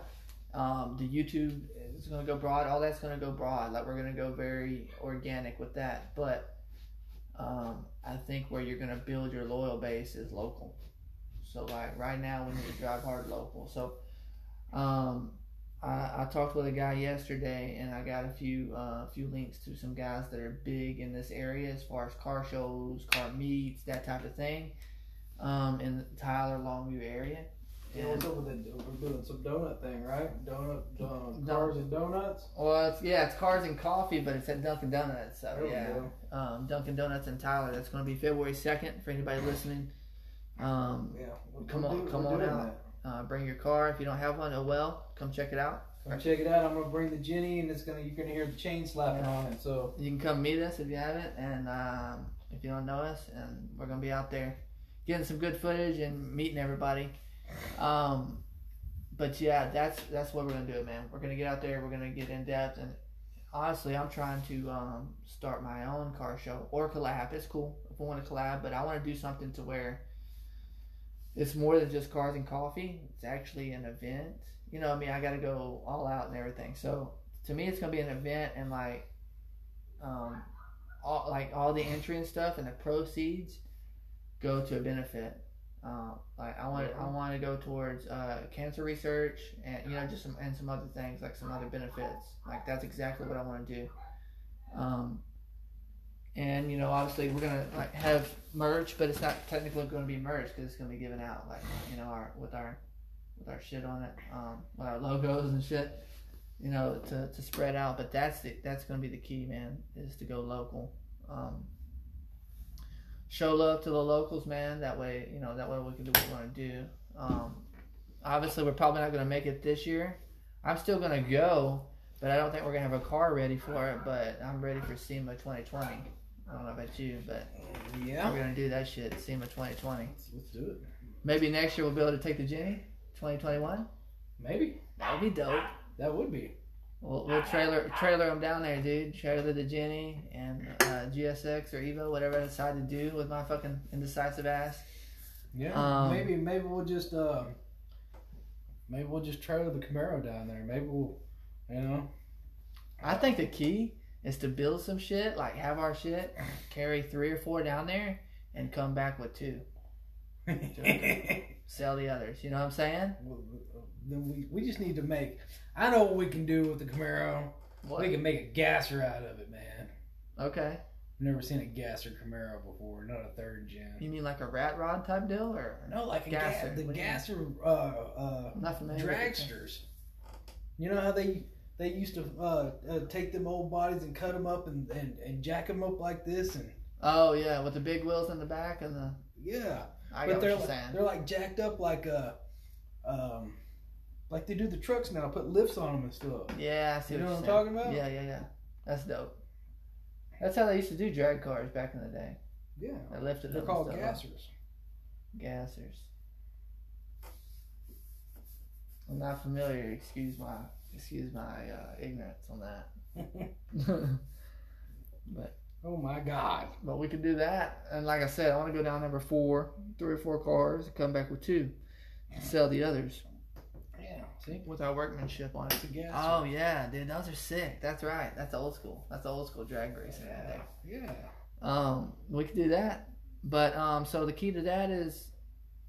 A: Um, the YouTube is gonna go broad. All that's gonna go broad. Like we're gonna go very organic with that. But um, I think where you're gonna build your loyal base is local. So like right now we need to drive hard local. So um I, I talked with a guy yesterday and I got a few uh few links to some guys that are big in this area as far as car shows, car meets, that type of thing. Um in the Tyler Longview area.
C: Yeah,
A: And-
C: what's up with that? We're doing some donut thing, right? Donut,
A: Don-
C: donut cars and donuts.
A: Well, it's, yeah, it's cars and coffee, but it's at Dunkin' Donuts. So
C: There we
A: yeah,
C: go.
A: um, Dunkin' Donuts in Tyler. That's going to be February second for anybody listening. Um,
C: Yeah, we're-
A: Come
C: we're
A: on-
C: doing-
A: come
C: we're
A: on
C: doing
A: out.
C: that.
A: uh, bring your car if you don't have one. Oh well, come check it out.
C: Come check it out. I'm gonna bring the Jenny, and it's gonna you're gonna hear the chain slapping on it. So
A: You can come meet us if you haven't, and um, if you don't know us, and we're gonna be out there getting some good footage and meeting everybody. Um, but yeah, that's that's what we're gonna do, man. We're gonna get out there. We're gonna get in depth, and honestly, I'm trying to um, start my own car show or collab. It's cool if we want to collab, but I want to do something to where it's more than just cars and coffee. It's actually an event. You know, what I mean, I gotta go all out and everything. So to me, it's gonna be an event and like um, all like all the entry and stuff and the proceeds go to a benefit. Um, like I want I want to go towards uh, cancer research and you know just some and some other things like some other benefits. Like that's exactly what I want to do. Um, and you know obviously we're gonna like have merch, but it's not technically going to be merch because it's gonna be given out like you know our with our with our shit on it, um, with our logos and shit you know, to, to spread out. But that's the, that's going to be the key, man, is to go local. Um, show love to the locals, man. That way, you know, that way we can do what we want to do. Um, obviously, we're probably not going to make it this year. I'm still going to go, but I don't think we're going to have a car ready for it. But I'm ready for SEMA 2020. I don't know about you, but
B: yeah.
A: we're going to do that shit, SEMA 2020.
B: Let's, let's do it.
A: Maybe next year we'll be able to take the Jenny, 2021.
B: Maybe
A: That would be dope.
B: that would be.
A: We'll, we'll trailer trailer them down there, dude. Trailer the Jenny and uh, GSX or Evo, whatever I decide to do with my fucking indecisive ass.
B: Yeah.
A: Um,
B: maybe maybe we'll just um maybe we'll just trailer the Camaro down there. Maybe we'll you know
A: I think the key is to build some shit, like have our shit, carry three or four down there, and come back with two.
B: Well,
A: Sell the others. You know what I'm saying?
B: then we, we just need to make I know what we can do with the Camaro.
A: What?
B: We can make a gasser out of it, man.
A: Okay.
B: I've never seen a gasser Camaro before, not a third gen.
A: You mean like a rat rod type deal, or
B: No, like a
A: Gasser,
B: gasser, the
A: what do you mean?
B: gasser uh, uh,
A: I'm not familiar? with it.
B: dragsters. You know how they they used to uh, uh, take them old bodies and cut them up and, and, and jack them up like this and
A: Oh yeah, with the big wheels in the back and the.
B: yeah,
A: I got what
B: but they're
A: you're
B: like,
A: saying.
B: they're like jacked up like uh um like they do the trucks now, put lifts on them and stuff.
A: Yeah, I see
B: You know
A: what,
B: what
A: you're
B: I'm
A: saying.
B: talking about?
A: Yeah, yeah, yeah. That's dope. That's how they used to do drag cars back in the day.
B: Yeah,
A: They lifted
B: they're
A: them
B: called
A: and stuff up.
B: gassers.
A: Gassers. I'm not familiar. Excuse my excuse my uh, ignorance on that. but
B: Oh my god!
A: but we could do that. And like I said, I want to go down number four, three or four cars, and come back with two, sell the others
B: Yeah, see,
A: with our workmanship on it.
B: it's a gasser.
A: Oh yeah, dude, those are sick. That's right. That's old school. That's old school drag racing. right there.
B: yeah.
A: Um, we could do that. But um, so the key to that is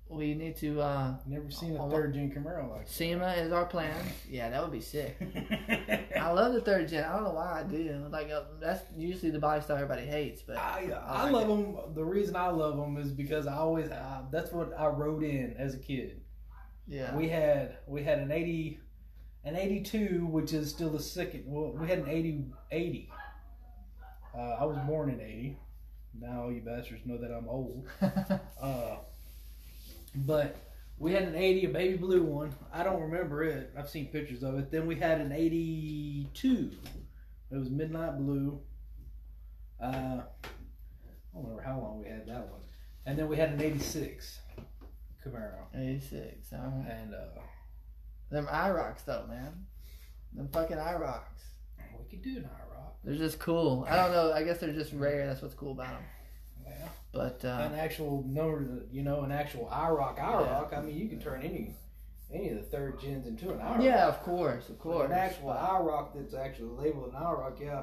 A: we need to uh,
B: Never seen
A: Oh,
B: a
A: my-
B: third gen Camaro like
A: SEMA is our plan. Yeah, that would be sick.
B: that.
A: I love the third gen. I don't know why I do. Like uh, that's usually the body style everybody hates, but
B: I,
A: I
B: I,
A: like
B: love them. The reason I love them is because I always I, that's what I rode in as a kid.
A: yeah,
B: We had we had an eighty, an eighty two, which is still the second. Well, we had an 80, 80. Uh, I was born in eighty. Now you bastards know that I'm old. Uh, but we had an eighty, a baby blue one. I don't remember it. I've seen pictures of it. Then we had an eighty two. It was midnight blue. Uh, I don't remember how long we had that one. And then we had an eighty six Camaro.
A: eighty six. All right.
B: And uh,
A: Them IROCs though, man. Them fucking IROCs.
B: we could do an IROC.
A: They're just cool. I don't know. I guess they're just rare. That's what's cool about them.
B: Yeah.
A: But uh,
B: An actual number, you know, an actual IROC. IROC. I mean, you can turn any any of the third gens into an IROC.
A: yeah, of course, of
B: Like
A: course.
B: An actual IROC that's actually labeled an IROC, yeah.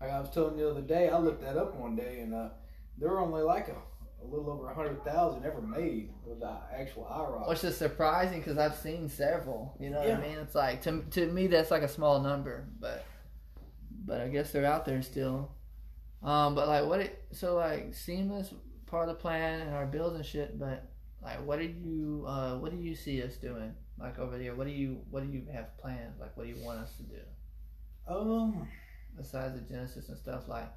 B: Like I was telling you the other day, I looked that up one day, and uh, there were only like a, a little over a hundred thousand ever made with the actual IROC.
A: Which is surprising because I've seen several. You know
B: Yeah.
A: what I mean? It's like to to me that's like a small number, but but I guess they're out there still. Um, but like what it so like SEMA's part of the plan and our builds and shit, but like what do you uh what do you see us doing like over there? What do you what do you have planned? Like what do you want us to do
B: Um,
A: besides the Genesis and stuff like?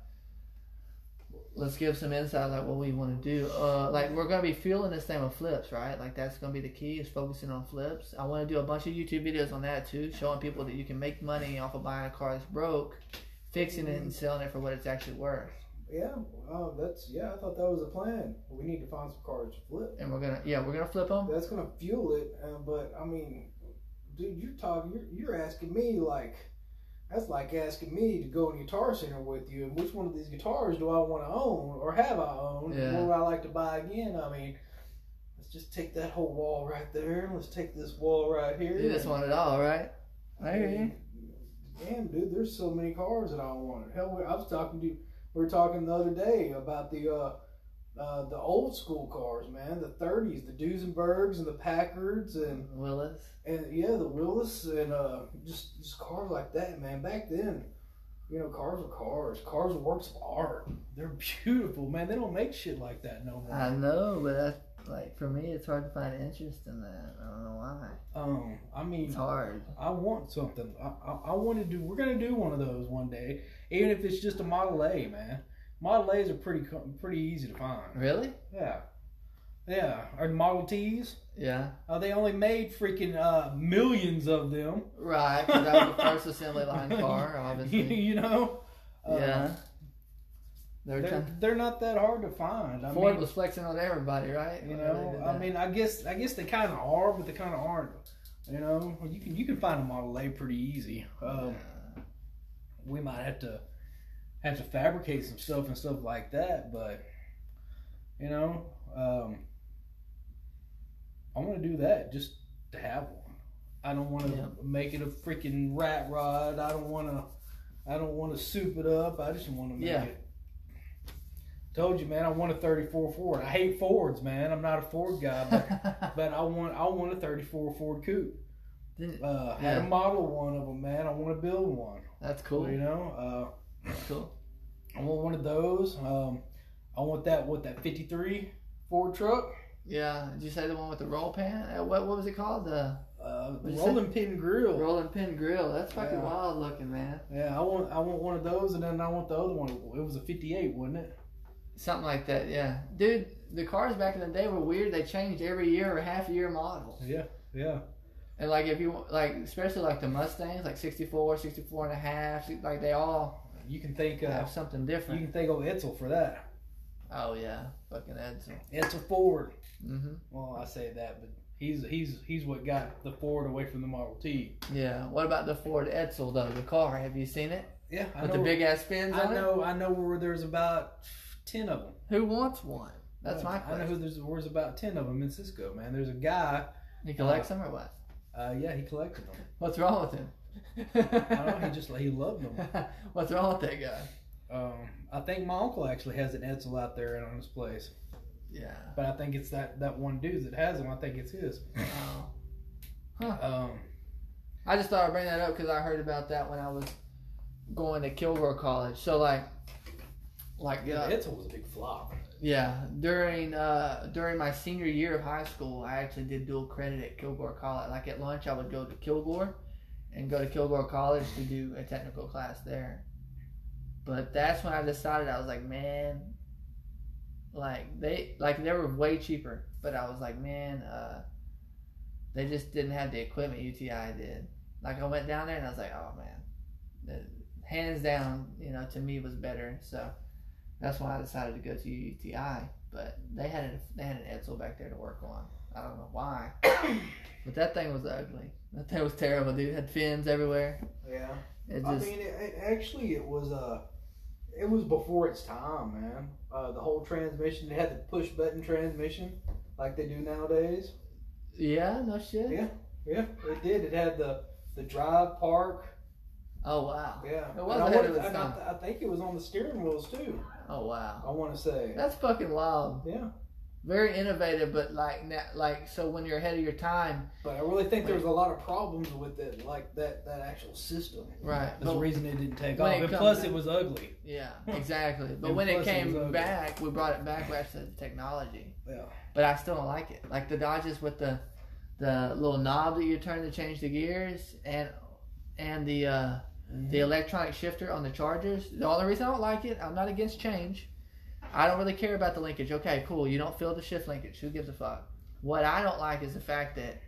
A: Let's give some insight like what we want to do. Uh, like we're gonna be fueling this thing with flips, right? Like that's gonna be the key is focusing on flips. I want to do a bunch of YouTube videos on that too, showing people that you can make money off of buying a car that's broke, fixing it and selling it for what it's actually worth.
B: yeah, uh, that's yeah. I thought that was a plan. We need to find some cars to flip.
A: And we're gonna yeah we're gonna flip them.
B: That's gonna fuel it. Uh, but I mean, dude, you're talking. You're, you're asking me like. That's like asking me to go in a guitar center with you. And which one of these guitars do I want to own or have I owned?
A: Yeah.
B: What would I like to buy again? I mean, let's just take that whole wall right there. and Let's take this wall right here.
A: You just want it all, right? I hear you.
B: Damn, dude, there's so many cars that I wanted. Hell, we- I was talking to we were talking the other day about the uh, uh, the old school cars, man, the '30s, the Duesenbergs and the Packards and
A: Willis.
B: and yeah, the Willis and uh, just just cars like that, man. Back then, you know, cars were cars. Cars were works of art. They're beautiful, man. They don't make shit like that no more.
A: I know, but that's like for me it's hard to find interest in that. I don't know why.
B: um, I mean,
A: It's hard.
B: I want something. I, I, I want to do. We're gonna do one of those one day, even if it's just a Model A, man. Model A's are pretty co- pretty easy to find.
A: Really?
B: Yeah, yeah. Or Model T's.
A: Yeah.
B: Uh, they only made freaking uh, millions of them.
A: Right, 'cause that was the first assembly line car, obviously.
B: you know. Uh,
A: yeah. They're
B: They're,
A: trying-
B: they're not that hard to find. I
A: Ford
B: mean,
A: was flexing on everybody, right?
B: you
A: Whenever they
B: know,
A: did
B: I
A: that.
B: mean, I guess I guess they kind of are, but they kind of aren't. You know, you can you can find a Model A pretty easy. Um, we might have to have to fabricate some stuff and stuff like that, but you know, um, I want to do that just to have one. I don't want to
A: Yeah.
B: make it a freaking rat rod. I don't want to. I don't want to soup it up. I just want to make
A: Yeah.
B: it. Told you, man. I want a 34 Ford. I hate Fords, man. I'm not a Ford guy, but, but I want I want a 34 Ford coupe.
A: Didn't-
B: Uh, had
A: Yeah.
B: a model one of them, man. I want to build one.
A: That's cool.
B: You know,
A: That's cool.
B: uh, I want one of those. Um, I want that what that 53 Ford truck.
A: Yeah. Did you say the one with the roll pan? Uh, What what was it called? The
B: Uh, the
A: What'd you say?
B: rolling pin grill.
A: rolling pin grill. That's fucking
B: Yeah.
A: wild looking, man.
B: Yeah, I want I want one of those, and then I want the other one. It was a 58, wasn't it?
A: Something like that. Yeah, dude. The cars back in the day were weird. They changed every year or half year models.
B: Yeah, yeah,
A: And like if you like, especially like the Mustangs, like 64, 64 and a half, like they all
B: you can thank uh,
A: have something
B: you
A: different.
B: can thank old Edsel for that.
A: Oh yeah, fucking Edsel.
B: Edsel Ford.
A: hmm
B: Well, I say that, but he's he's he's what got the Ford away from the Model T.
A: Yeah. What about the Ford Edsel though? The car. Have you seen it?
B: Yeah, I
A: With
B: know.
A: the big ass fins
B: I
A: on it.
B: know I know where there's about ten of them.
A: Who wants one? That's
B: Yeah,
A: my
B: I know
A: question.
B: who there's where's about ten of them in Cisco, man. There's a guy.
A: He collects them or what?
B: Uh, yeah, he collected them.
A: What's wrong with him?
B: I don't know. He just he loved them.
A: What's wrong with that guy?
B: Um, I think my uncle actually has an Edsel out there on his place,
A: Yeah.
B: but I think it's that that one dude that has them. I think it's his.
A: Oh.
B: Um,
A: I just thought I'd bring that up because I heard about that when I was going to Kilgore College. So like, like
B: yeah,
A: uh,
B: Edsel was a big flop.
A: yeah, during uh, during my senior year of high school, I actually did dual credit at Kilgore College. Like at lunch, I would go to Kilgore and go to Kilgore College to do a technical class there. But that's when I decided I was like, man, like they like they were way cheaper, but I was like, man, uh, they just didn't have the equipment UTI did. Like I went down there and I was like, oh man, The- hands down, you know, to me was better. So that's why I decided to go to UTI. But they had a, they had an Edsel back there to work on. I don't know why, but that thing was ugly. That thing was terrible, dude. It had fins everywhere.
C: Yeah.
A: It
C: I
A: just
C: mean, it, it, actually, it was uh, it was before its time, man. Uh, the whole transmission, they had the push button transmission, like they do nowadays.
A: yeah, no shit.
C: Yeah. Yeah, it did. It had the the drive park.
A: Oh wow.
C: Yeah,
A: It was
C: And I,
A: ahead of
C: wanna-
A: its
C: and I, I think it was on the steering wheels too.
A: Oh wow.
C: I want to say.
A: That's fucking wild.
C: Yeah,
A: Very innovative, but like na- like so when you're ahead of your time,
C: but I really think there was a lot of problems with it, like that that actual system.
A: right?
B: That's
A: But
B: the reason it didn't take
A: when
B: off.
A: it
B: And
A: comes
B: plus,
A: out-
B: it was ugly.
A: Yeah, exactly. But
B: And
A: when it
B: plus it
A: came
B: was ugly.
A: back, we brought it back back to the technology.
B: Yeah.
A: But I still don't like it. Like the Dodges with the the little knob that you turn to change the gears and and the uh the electronic shifter on the Chargers. The only reason I don't like it, I'm not against change. I don't really care about the linkage. Okay, cool. You don't feel the shift linkage. Who gives a fuck? What I don't like is the fact that,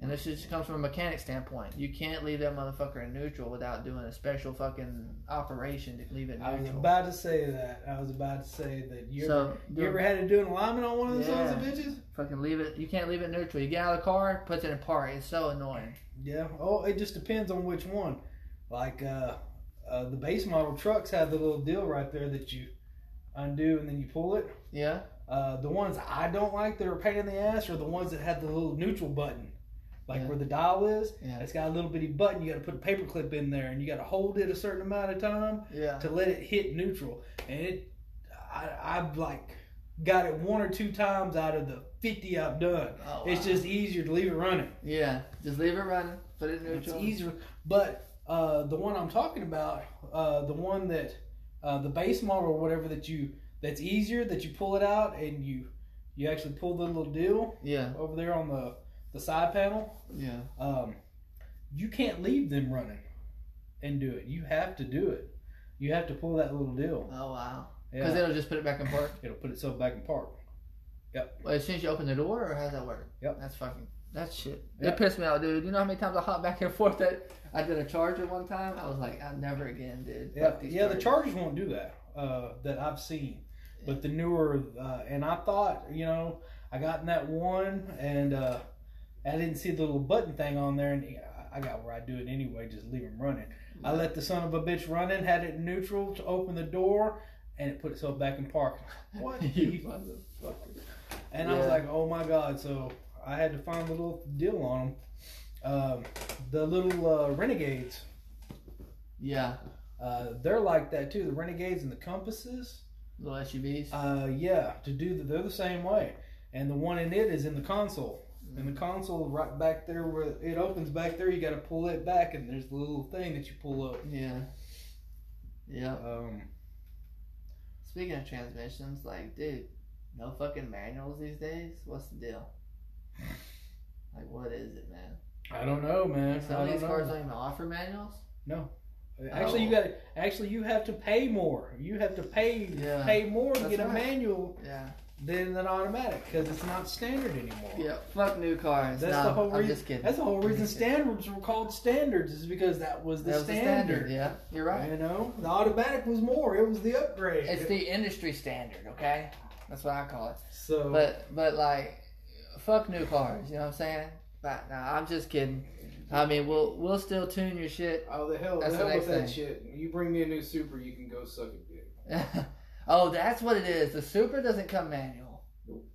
A: and this just comes from a mechanic standpoint, you can't leave that motherfucker in neutral without doing a special fucking operation to leave it
B: I was
A: neutral.
B: about to say that. I was about to say that you ever,
A: So
B: you ever had to do an alignment on one of those
A: Yeah.
B: sons of bitches?
A: fucking leave it. You can't leave it neutral. You get out of the car, puts it in park. It's so annoying.
B: Yeah. Oh, it just depends on which one. Like uh, uh, the base model trucks have the little deal right there that you undo and then you pull it.
A: Yeah.
B: Uh, the ones I don't like that are a pain in the ass are the ones that have the little neutral button, like
A: Yeah.
B: where the dial is.
A: Yeah.
B: It's got a little bitty button. You got to put a paper clip in there, and you got to hold it a certain amount of time.
A: Yeah.
B: to let it hit neutral, and it, I, I've like got it one or two times out of the fifty I've done.
A: Oh,
B: It's
A: wow.
B: just easier to leave it running.
A: Yeah. Just leave it running. Put it
B: It's
A: neutral.
B: easier, but uh, the one I'm talking about, uh, the one that uh, the base model or whatever that you that's easier that you pull it out and you you actually pull the little deal
A: Yeah.
B: over there on the the side panel.
A: Yeah.
B: Um, you can't leave them running and do it. You have to do it. You have to pull that little deal.
A: Oh wow.
B: Yeah.
A: Because it'll just put it back in park.
B: It'll put itself back in park.
A: Well, as soon as you open the door, or how's that work?
B: Yep.
A: That's fucking. That's shit.
B: Yep.
A: It pissed me out, dude. You know how many times I hop back and forth that I did a charger one time. I was like, I never again, dude.
B: Yeah,
A: Fuck these
B: yeah. The
A: Chargers.
B: Chargers won't do that uh, that I've seen, but the newer uh, and I thought you know I got in that one and uh, I didn't see the little button thing on there, and I- I got where I do it anyway. Just leave them running. I let the son of a bitch run in, had it in neutral to open the door, and it put itself back in park. What the
A: You
B: motherfucker? And I was
A: Yeah.
B: like, oh my god! So I had to find the little deal on them. Um, the little uh, renegades.
A: Yeah,
B: Uh, they're like that too. The renegades and the compasses.
A: little SUVs.
B: Uh, yeah, to do the, they're the same way, and the one in it is in the console. In the console, right back there where it opens back there, you got to pull it back, and there's the little thing that you pull up.
A: yeah. Yeah.
B: Um,
A: Speaking of transmissions, like, dude, no fucking manuals these days. What's the deal? Like, what is it, man?
B: I don't know, man.
A: Some
B: I
A: of
B: don't
A: these cars
B: know.
A: don't even offer manuals.
B: Actually, you
A: Oh.
B: got to actually you have to pay more. You have to pay
A: Yeah.
B: pay more to
A: That's
B: get a
A: right.
B: manual
A: Yeah.
B: than an automatic because it's not standard anymore.
A: Yeah. Fuck new cars.
B: That's
A: no,
B: the whole
A: I'm
B: reason.
A: just kidding.
B: That's the whole
A: I'm
B: reason
A: just kidding.
B: standards were called standards is because that was the
A: That was the standard.
B: standard.
A: Yeah, you're right.
B: You know, the automatic was more. It was the upgrade.
A: It's the industry standard, okay? That's what I call it.
B: so,
A: But but like, fuck new cars. You know what I'm saying? But no, I'm just kidding. I mean, we'll we'll still tune your shit.
C: Oh, the hell,
A: That's
C: the hell
A: the
C: with that
A: next
C: shit. You bring me a new super, you can go suck a dick.
A: oh, that's what it is. The Super doesn't come manual.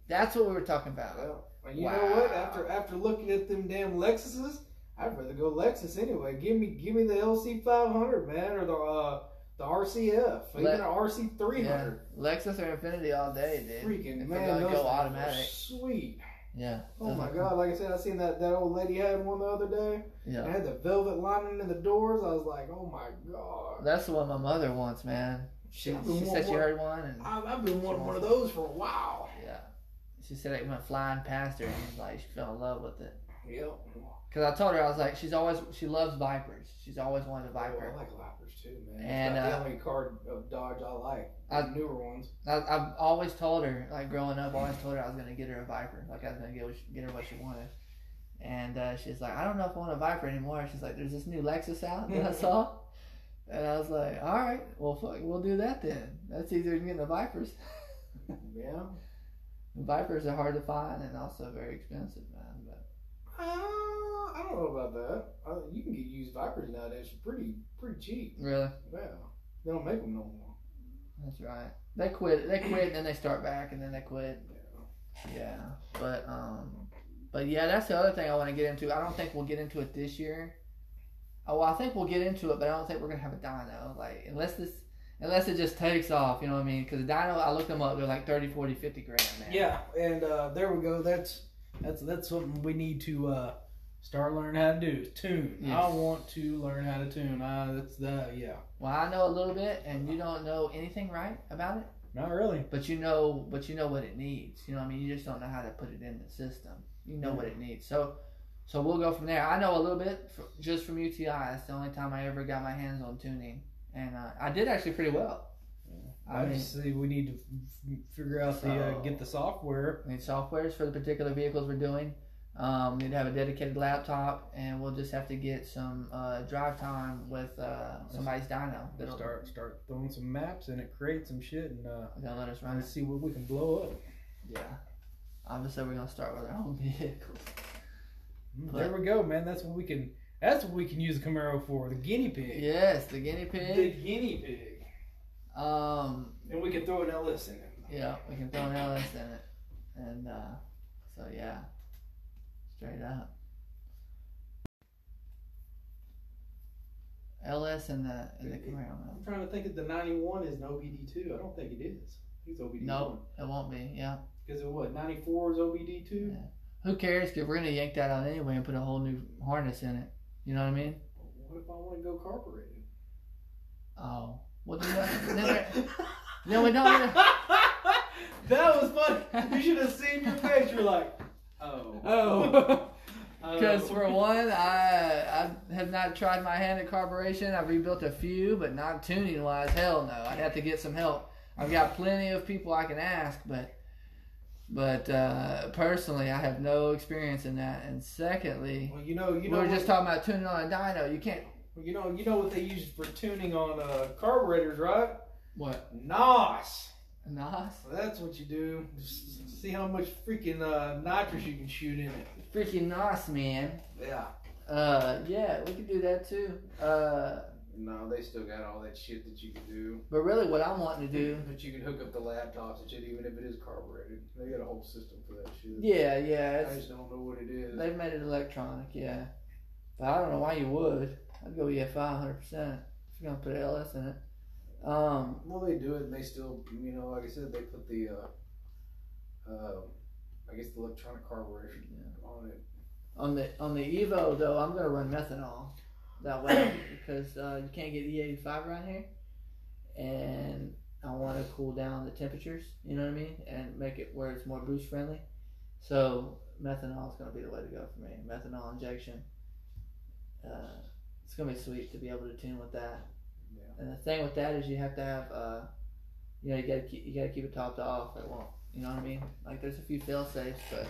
A: That's what we were talking about.
C: Well, and you know
A: Wow.
C: what? After after looking at them damn Lexuses, I'd rather go Lexus anyway. Give me give me the LC five hundred, man, or the uh, the RCF, or
A: Le-
C: even the RC three
A: Yeah,
C: hundred.
A: Lexus or Infinity all day, dude.
C: Freaking
A: If
C: man,
A: they're
C: those
A: gonna go
C: things are
A: automatic.
C: Sweet.
A: Yeah.
C: Oh my god! Like I said, I seen that that old lady had one the other day. It
A: Yeah.
C: had the velvet lining in the doors. I was like, oh my god.
A: That's the one my mother wants, man. She,
C: I've been
A: she
C: wanting
A: said she
C: one-
A: heard one, and
C: I've, I've been wanting one of those for a while.
A: yeah, she said it went flying past her, and like she fell in love with it.
C: Yep.
A: Cause I told her I was like, she's always she loves Vipers. She's always wanted a Viper.
C: Oh, I like Lapers too, man.
A: And,
C: That's
A: uh,
C: the only car of Dodge I like. The
A: I-
C: newer ones.
A: I, I've always told her, like growing up, I always told her I was gonna get her a Viper. Like I was gonna get, what she- get her what she wanted. And uh, she's like, I don't know if I want a Viper anymore. She's like, there's this new Lexus out that I saw. And I was like, all right, well, fuck, we'll do that then. That's easier than getting the Vipers.
C: Yeah.
A: The Vipers are hard to find and also very expensive, man. But
C: Uh, I don't know about that. Uh, you can get used Vipers nowadays for pretty pretty cheap.
A: really,
C: Yeah, they don't make them no more.
A: that's right. They quit. They quit, and then they start back, and then they quit. Yeah, but um, but yeah, that's the other thing I want to get into. I don't think we'll get into it this year. Oh, well, I think we'll get into it, but I don't think we're gonna have a dyno. Like unless this, unless it just takes off, you know what I mean? Because the dyno, I looked them up. They're like 30, 40, 50 grand, man.
B: Yeah, and uh, there we go. That's that's that's something we need to uh, start learning how to do. is Tune.
A: Yes.
B: I want to learn how to tune. Uh, that's the yeah.
A: Well, I know a little bit, and you don't know anything right about it,
B: Not really.
A: but you know, but you know what it needs. You know what I mean? You just don't know how to put it in the system. You know what it needs. So, so we'll go from there. I know a little bit fr just from UTI. That's the only time I ever got my hands on tuning, and uh, I did actually pretty well. I
B: I
A: mean,
B: just see we need to f- f- figure out the uh,
A: So-
B: get the software.
A: need softwares for the particular vehicles we're doing. Um, need to have a dedicated laptop, and we'll just have to get some uh, drive time with uh, somebody's dyno. They don't,
B: Start start throwing some maps and it creates some shit and uh,
A: they don't let us run
B: and
A: it.
B: see what we can blow up.
A: Yeah. Obviously, we're gonna start with our own vehicles.
B: Mm,
A: But-
B: there we go, man. That's what we can. That's what we can use the Camaro for. The guinea pig.
A: Yes, the guinea
C: The
A: pig.
C: guinea pig,
A: Um,
C: and we can throw an LS in it.
A: Yeah, we can throw an LS in it. And uh, so, yeah, straight up. LS in the, in the Camaro. man.
C: I'm trying to think if the '91 is an OBD two. I don't think it is. It's OBD
A: No, it won't be. Yeah.
C: Because of what? '94 is OBD two.
A: Who cares? Cause we're gonna yank that out anyway and put a whole new harness in it. You know what I mean?
C: What if I want to go carbureted?
A: Oh, well, then, then, we- then we don't.
C: that was funny. You should have seen your face. You're like, oh, oh.
A: Because for one, I I have not tried my hand at carburation. I've rebuilt a few, but not tuning wise. Hell no, I'd have to get some help. I've got plenty of people I can ask, but but uh, personally, I have no experience in that. And secondly,
C: Well, you know, you know,
A: we were
C: what-
A: just talking about tuning on a dyno. You can't
C: Well, you know, you know what they use for tuning on uh, carburetors, right?
A: what?
C: NOS.
A: Nice.
B: Well, that's what you do. Just see how much freaking uh, nitrous you can shoot in it.
A: Freaking nice, man.
B: Yeah.
A: Uh, yeah, we could do that too. Uh,
B: No, they still got all that shit that you can do.
A: but really, what I'm wanting to do.
B: That you can hook up the laptops and shit, even if it is carbureted. They got a whole system for that shit.
A: Yeah, yeah.
B: I
A: It's,
B: just don't know what it is.
A: They've made it electronic, yeah. But I don't know why you would. I'd go yeah, five hundred percent. If you're gonna put LS in it. Um,
B: Well, they do it, and they still, you know, like I said, they put the, uh, uh, I guess the electronic carburation on it.
A: on the on the Evo though, I'm gonna run methanol that way because uh, you can't get E85 around here, and I want to cool down the temperatures. You know what I mean, and make it where it's more boost friendly. So methanol is gonna be the way to go for me. Methanol injection. Uh, it's gonna be sweet to be able to tune with that.
B: Yeah.
A: And the thing with that is you have to have, uh, you know, you gotta keep, you gotta keep it topped off. It won't, you know what I mean? Like there's a few fail safes, but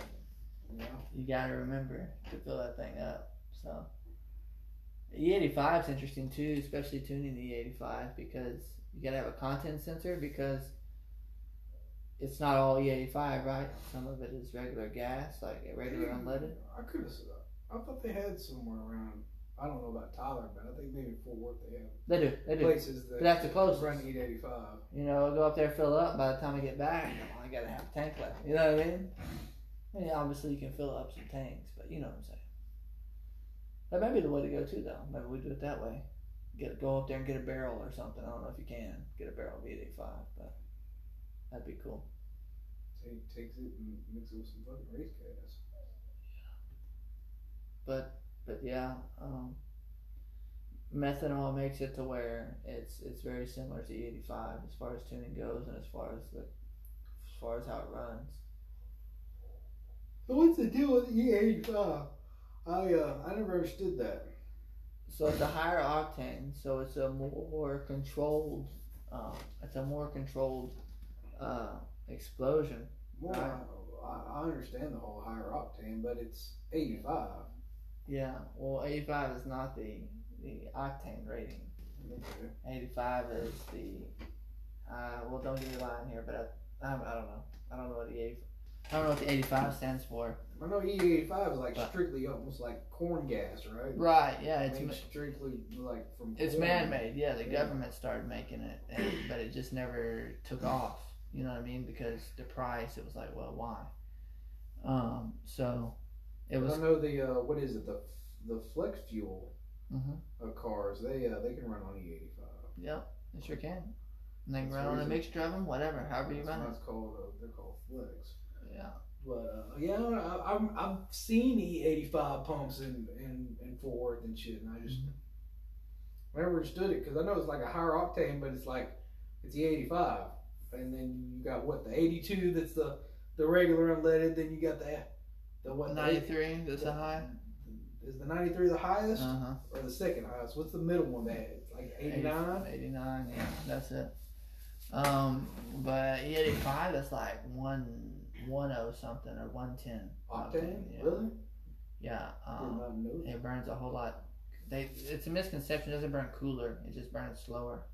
B: Yeah.
A: you gotta remember to fill that thing up. So E85 is interesting too, especially tuning the E85 because you gotta have a content sensor because it's not all E85, right? Some of it is regular gas, like a regular unleaded.
B: I could have said that. I thought they had somewhere around. I don't know about Tyler, but I think maybe Fort Worth they have
A: They do, they do.
B: places that
A: But that's the closest.
B: run E 885.
A: You know, I'll go up there, fill up. By the time I get back, I only gotta have a tank left. You know what I mean? I mean, obviously you can fill up some tanks, but you know what I'm saying. That may be the way to go too, though. Maybe we do it that way. Get go up there and get a barrel or something. I don't know if you can get a barrel of 885, but that'd be cool.
B: Take, takes it and mixes it with some fucking race gas.
A: But but yeah, um, methanol makes it to where it's it's very similar to E85 as far as tuning goes and as far as the as far as how it runs.
B: So what's the deal with E the E85? I uh, I never understood that.
A: so it's a higher octane so it's a more controlled um, it's a more controlled uh, explosion
B: Well, I, I understand the whole higher octane, but it's 85.
A: yeah well 85 is not the the octane rating
B: Okay.
A: 85 is the uh, well don't give me a line here but I, I, I don't know I don't know what the 85 I don't know what the 85 stands for.
B: I know E E85 is like
A: But-
B: strictly almost like corn gas, right?
A: Right, yeah,
B: I
A: it's
B: mean,
A: ma-
B: strictly like from
A: it's
B: corn.
A: man-made. Yeah, the
B: Yeah.
A: government started making it, and, but it just never took off. You know what I mean? Because the price, it was like, well, why? Um, so it
B: I
A: was.
B: don't know the uh, what is it the the flex fuel
A: mhm,
B: of cars they uh, they can run on E85.
A: Yep, it sure can. And they can
B: That's
A: run on a
B: reason-
A: mixture of them, whatever, however you
B: That's
A: run
B: why
A: it.
B: it's called uh, they're called flex.
A: Yeah,
B: But uh, yeah, I don't know. I, I'm I've seen E85 pumps in in in Fort Worth and shit, and I just
A: Mm-hmm.
B: I never understood it because I know it's like a higher octane, but it's like it's E85, and then you got what the 82 that's the the regular unleaded, then you got the the what the-
A: ninety-three. That's a high.
B: Is the 93 the highest
A: Uh huh.
B: or the second highest? What's the middle one that like 89?
A: 89, yeah, that's it. Um, but E85 is like one one oh something or one ten.
B: Octane?
A: yeah.
B: Really?
A: Yeah.
B: Did
A: Um,
B: not know that.
A: It burns a whole lot. They, it's a misconception. It doesn't burn cooler. It just burns slower.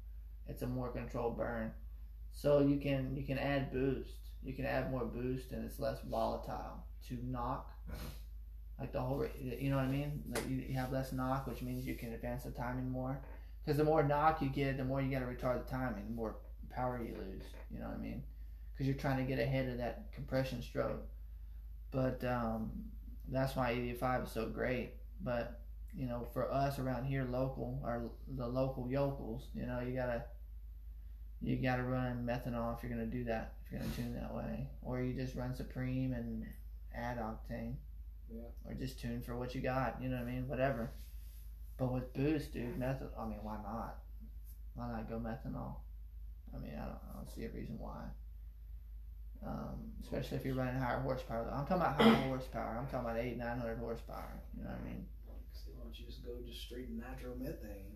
A: It's a more controlled burn. So you can you can add boost. You can add more boost, and it's less volatile to knock. Like the whole, you know what I mean. Like you, you have less knock, which means you can advance the timing more. Because the more knock you get, the more you got to retard the timing. The more power you lose. You know what I mean? Because you're trying to get ahead of that compression stroke. But um, that's why 85 is so great but you know for us around here local or the local yokels you know you gotta you gotta run methanol if you're gonna do that if you're gonna tune that way or you just run supreme and add octane
B: Yeah.
A: or just tune for what you got you know what i mean whatever but with boost dude methanol i mean why not why not go methanol i mean i don't, I don't see a reason why um, especially if you're running higher horsepower i'm talking about higher horsepower i'm talking about 8 900 horsepower you know what i mean
B: So why don't you just go just straight nitromethane?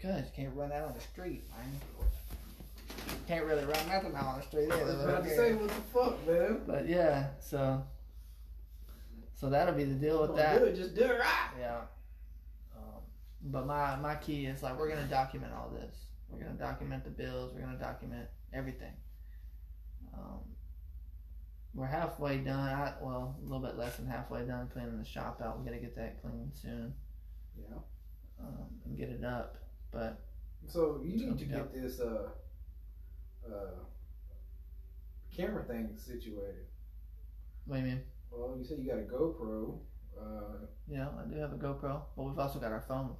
A: Cause you can't run out on the street, man. Can't really run nothing out on the street
B: I
A: either.
B: was
A: but
B: about
A: who
B: to
A: cares?
B: say, what the fuck, man?
A: But yeah, so so that'll be the deal with
B: Don't
A: that.
B: Do it, just do it right.
A: Yeah. Um, but my my key is like we're gonna document all this. We're gonna document the bills. We're gonna document everything. Um, We're halfway done. I, well, a little bit less than halfway done cleaning the shop out. We gotta get that clean soon
B: Yeah.
A: um, and get it up. But
B: So you need to
A: Yeah.
B: get this uh uh camera thing situated.
A: what do you mean?
B: Well, you said you got a GoPro. Uh,
A: Yeah, I do have a GoPro, but we've also got our phone.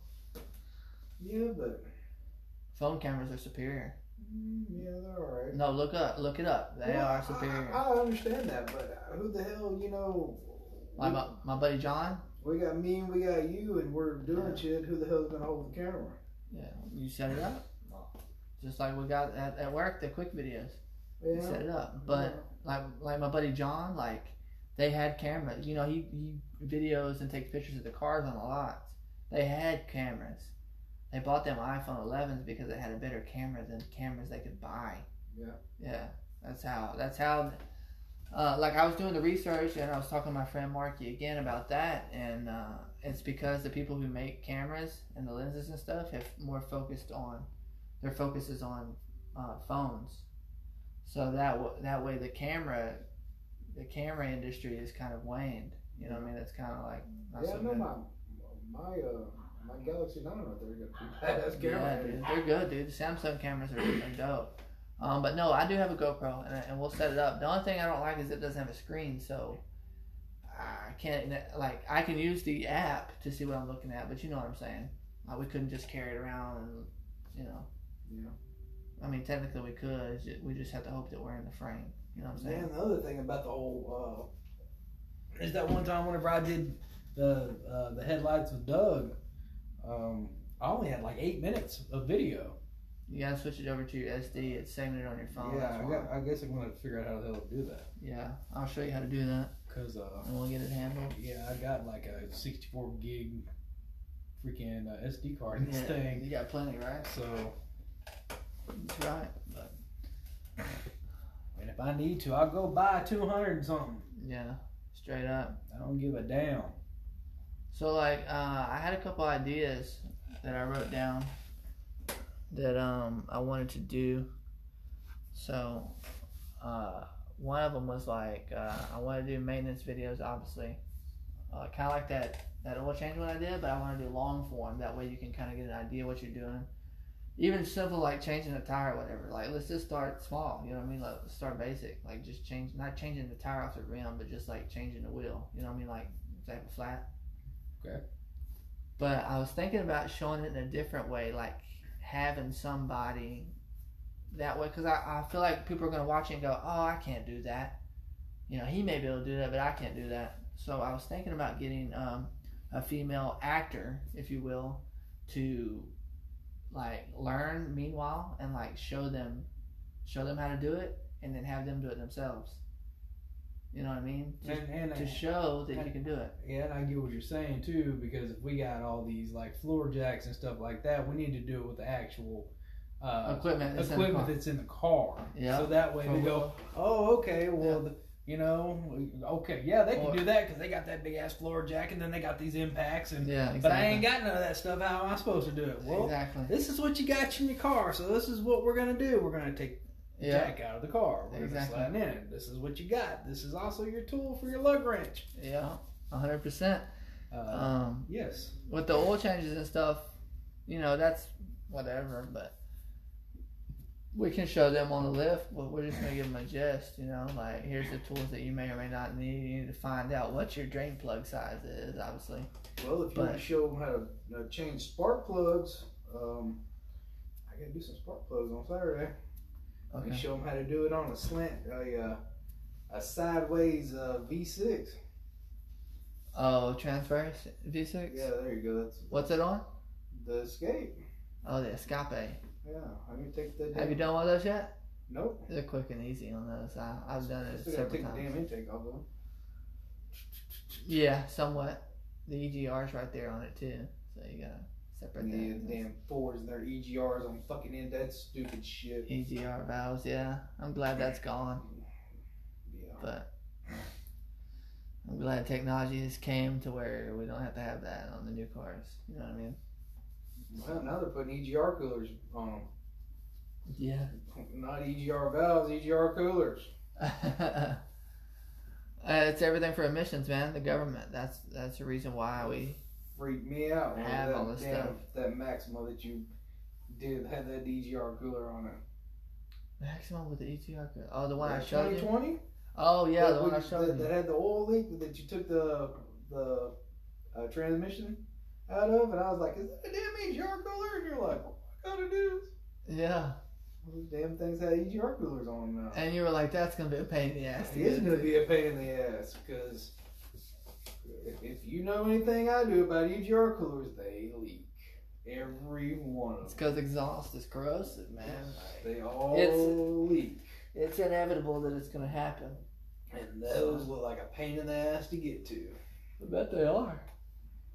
B: yeah, but
A: Phone cameras are superior.
B: mm, yeah, they're all right.
A: No, look up, look it up. Mm-hmm. They
B: Well,
A: are superior.
B: I, I understand that, but who the hell, you know?
A: like
B: we-
A: my, my buddy John.
B: We got me and we got you, and we're doing
A: Yeah.
B: shit. Who the hell's gonna hold the camera?
A: Yeah, you set it up. Just like we got at, at work, the quick videos. You set it up, but like like my buddy John, like they had cameras. You know, he he videos and takes pictures of the cars on the lots. They had cameras. They bought them iPhone 11s because they had a better camera than cameras they could buy.
B: Yeah.
A: Yeah. That's how. That's how. Uh, like I was doing the research and I was talking to my friend Marky again about that, and uh, it's because the people who make cameras and the lenses and stuff have more focused on their focus is on uh, phones. So that w- that way the camera, the camera industry is kind of waned. You know, what I mean, that's kind of like not
B: yeah,
A: so
B: I know
A: good.
B: my my uh my Galaxy Nine right there got a pretty badass
A: yeah,
B: camera.
A: dude, they're good, dude. The Samsung cameras are, are dope. Um, but no, I do have a GoPro, and, I, and we'll set it up. The only thing I don't like is it doesn't have a screen, so I can't like I can use the app to see what I'm looking at, but you know what I'm saying. Like we couldn't just carry it around, and you know,
B: yeah.
A: I mean, technically we could. it's ju- We just have to hope that we're in the frame. You know what I'm saying?
C: Man, the other thing about the whole uh, is that one time whenever I did the uh, the headlights with Doug, um, I only had like eight minutes of video.
A: You gotta switch it over to your SD. It's saving it on your phone.
C: yeah,
A: Oh, that's
C: I,
A: why.
C: got, I guess I wanted to figure out how the hell to do that
A: yeah. I'll show you how to do that,
C: because uh,
A: and we'll get it handled.
C: yeah, I got like a 64 gig freaking uh, SD card in this
A: Yeah,
C: thing,
A: You got plenty, right?
C: so.
A: That's right. But
C: And if I need to, I'll go buy 200 and something.
A: yeah, straight up.
C: I don't give a damn.
A: So like, uh, I had a couple ideas that I wrote down that um I wanted to do. So, uh, one of them was like uh, I want to do maintenance videos, obviously, uh, kind of like that that oil change one I did, but I want to do long form. That way you can kind of get an idea what you're doing. Even simple like changing a tire, or whatever. Like let's just start small. You know what I mean? Like let's start basic. Like just change, not changing the tire off the rim, but just like changing the wheel. You know what I mean? Like type of flat.
C: Okay.
A: But I was thinking about showing it in a different way, like having somebody that way, because I, I feel like people are gonna watch it and go, oh, I can't do that you know, he may be able to do that, but I can't do that. So I was thinking about getting um, a female actor, if you will, to like learn meanwhile and like show them, show them how to do it, and then have them do it themselves. You know what I mean? Just
C: And, and
A: to show that you can do it.
C: Yeah, and I get what you're saying too, because if we got all these like floor jacks and stuff like that, we need to do it with the actual uh,
A: Equipment. that's in the
C: equipment
A: car.
C: that's in the car.
A: Yeah.
C: So that way
A: For
C: we go, oh, okay, well,
A: Yeah.
C: the, you know, okay, yeah, they can
A: Or-
C: do that because they got that big ass floor jack, and then they got these impacts, and
A: Yeah, exactly.
C: but I ain't got none of that stuff. How am I supposed to do it? Well,
A: exactly.
C: this is what you got in your car, so this is what we're gonna do. We're gonna take the
A: Yeah.
C: jack out of the car. We're
A: Exactly.
C: gonna slide it in. This is what you got. This is also your tool for your lug wrench.
A: Yeah. hundred percent.
C: Uh,
A: Um,
C: yes.
A: with the oil changes and stuff, you know, that's whatever, but we can show them on the lift, but we're just gonna give them a gist, you know, like here's the tools that you may or may not need. You need to find out what your drain plug size is, obviously.
B: Well, if you
A: But-
B: want to show them how to you know, change spark plugs, um, I gotta do some spark plugs on Saturday. I can
A: Okay.
B: show them how to do it on a slant, a, uh, a sideways uh, V6.
A: Oh, transverse V6?
B: Yeah, there you go. That's
A: What's it on?
B: the escape.
A: Oh, the Escape.
B: Yeah, I need to take that.
A: Have you done one of those yet?
B: Nope.
A: They're quick and easy on those. I, I've done
B: I
A: it
B: still
A: several
B: gotta take the damn
A: times.
B: intake off of them.
A: Yeah, somewhat. The EGR's right there on it too, so you gotta separate
B: Yeah,
A: that.
B: damn fours and their EGRs on fucking end. That's stupid shit.
A: EGR E valves, yeah. I'm glad that's gone,
B: Yeah.
A: but I'm glad technology has came to where we don't have to have that on the new cars. You know what I mean?
B: Well, now they're putting EGR coolers on E
A: Yeah.
B: them. Not EGR valves, EGR coolers.
A: Uh, it's everything for emissions, man. The government. That's that's the reason why we.
B: Freak me out. man.
A: Have
B: that,
A: all this
B: damn-
A: stuff.
B: That Maxima that you did had that DGR cooler on it.
A: Maximum with the ETR. code. Oh, the one I
B: That
A: showed you.
B: 2020?
A: Oh yeah,
B: That
A: the one
B: we-
A: I showed
B: that,
A: you.
B: that had the oil leak that you took the the uh, transmission out of, and I was like, "Is that a damn EGR cooler?" And you're like, "What kind of is?
A: Yeah,
B: Those damn things had EGR coolers on them now."
A: and you were like, "That's gonna be a pain in the ass." to
B: It is
A: get
B: going
A: to."
B: to be a pain in the ass because if, if you know anything I do about EGR coolers, they leak. Every one
A: It's
B: of them.
A: because exhaust is corrosive, man. Like,
B: They all
A: It's-
B: leak.
A: it's inevitable that it's gonna happen.
B: And those look like a pain in the ass to get to.
A: I bet they are.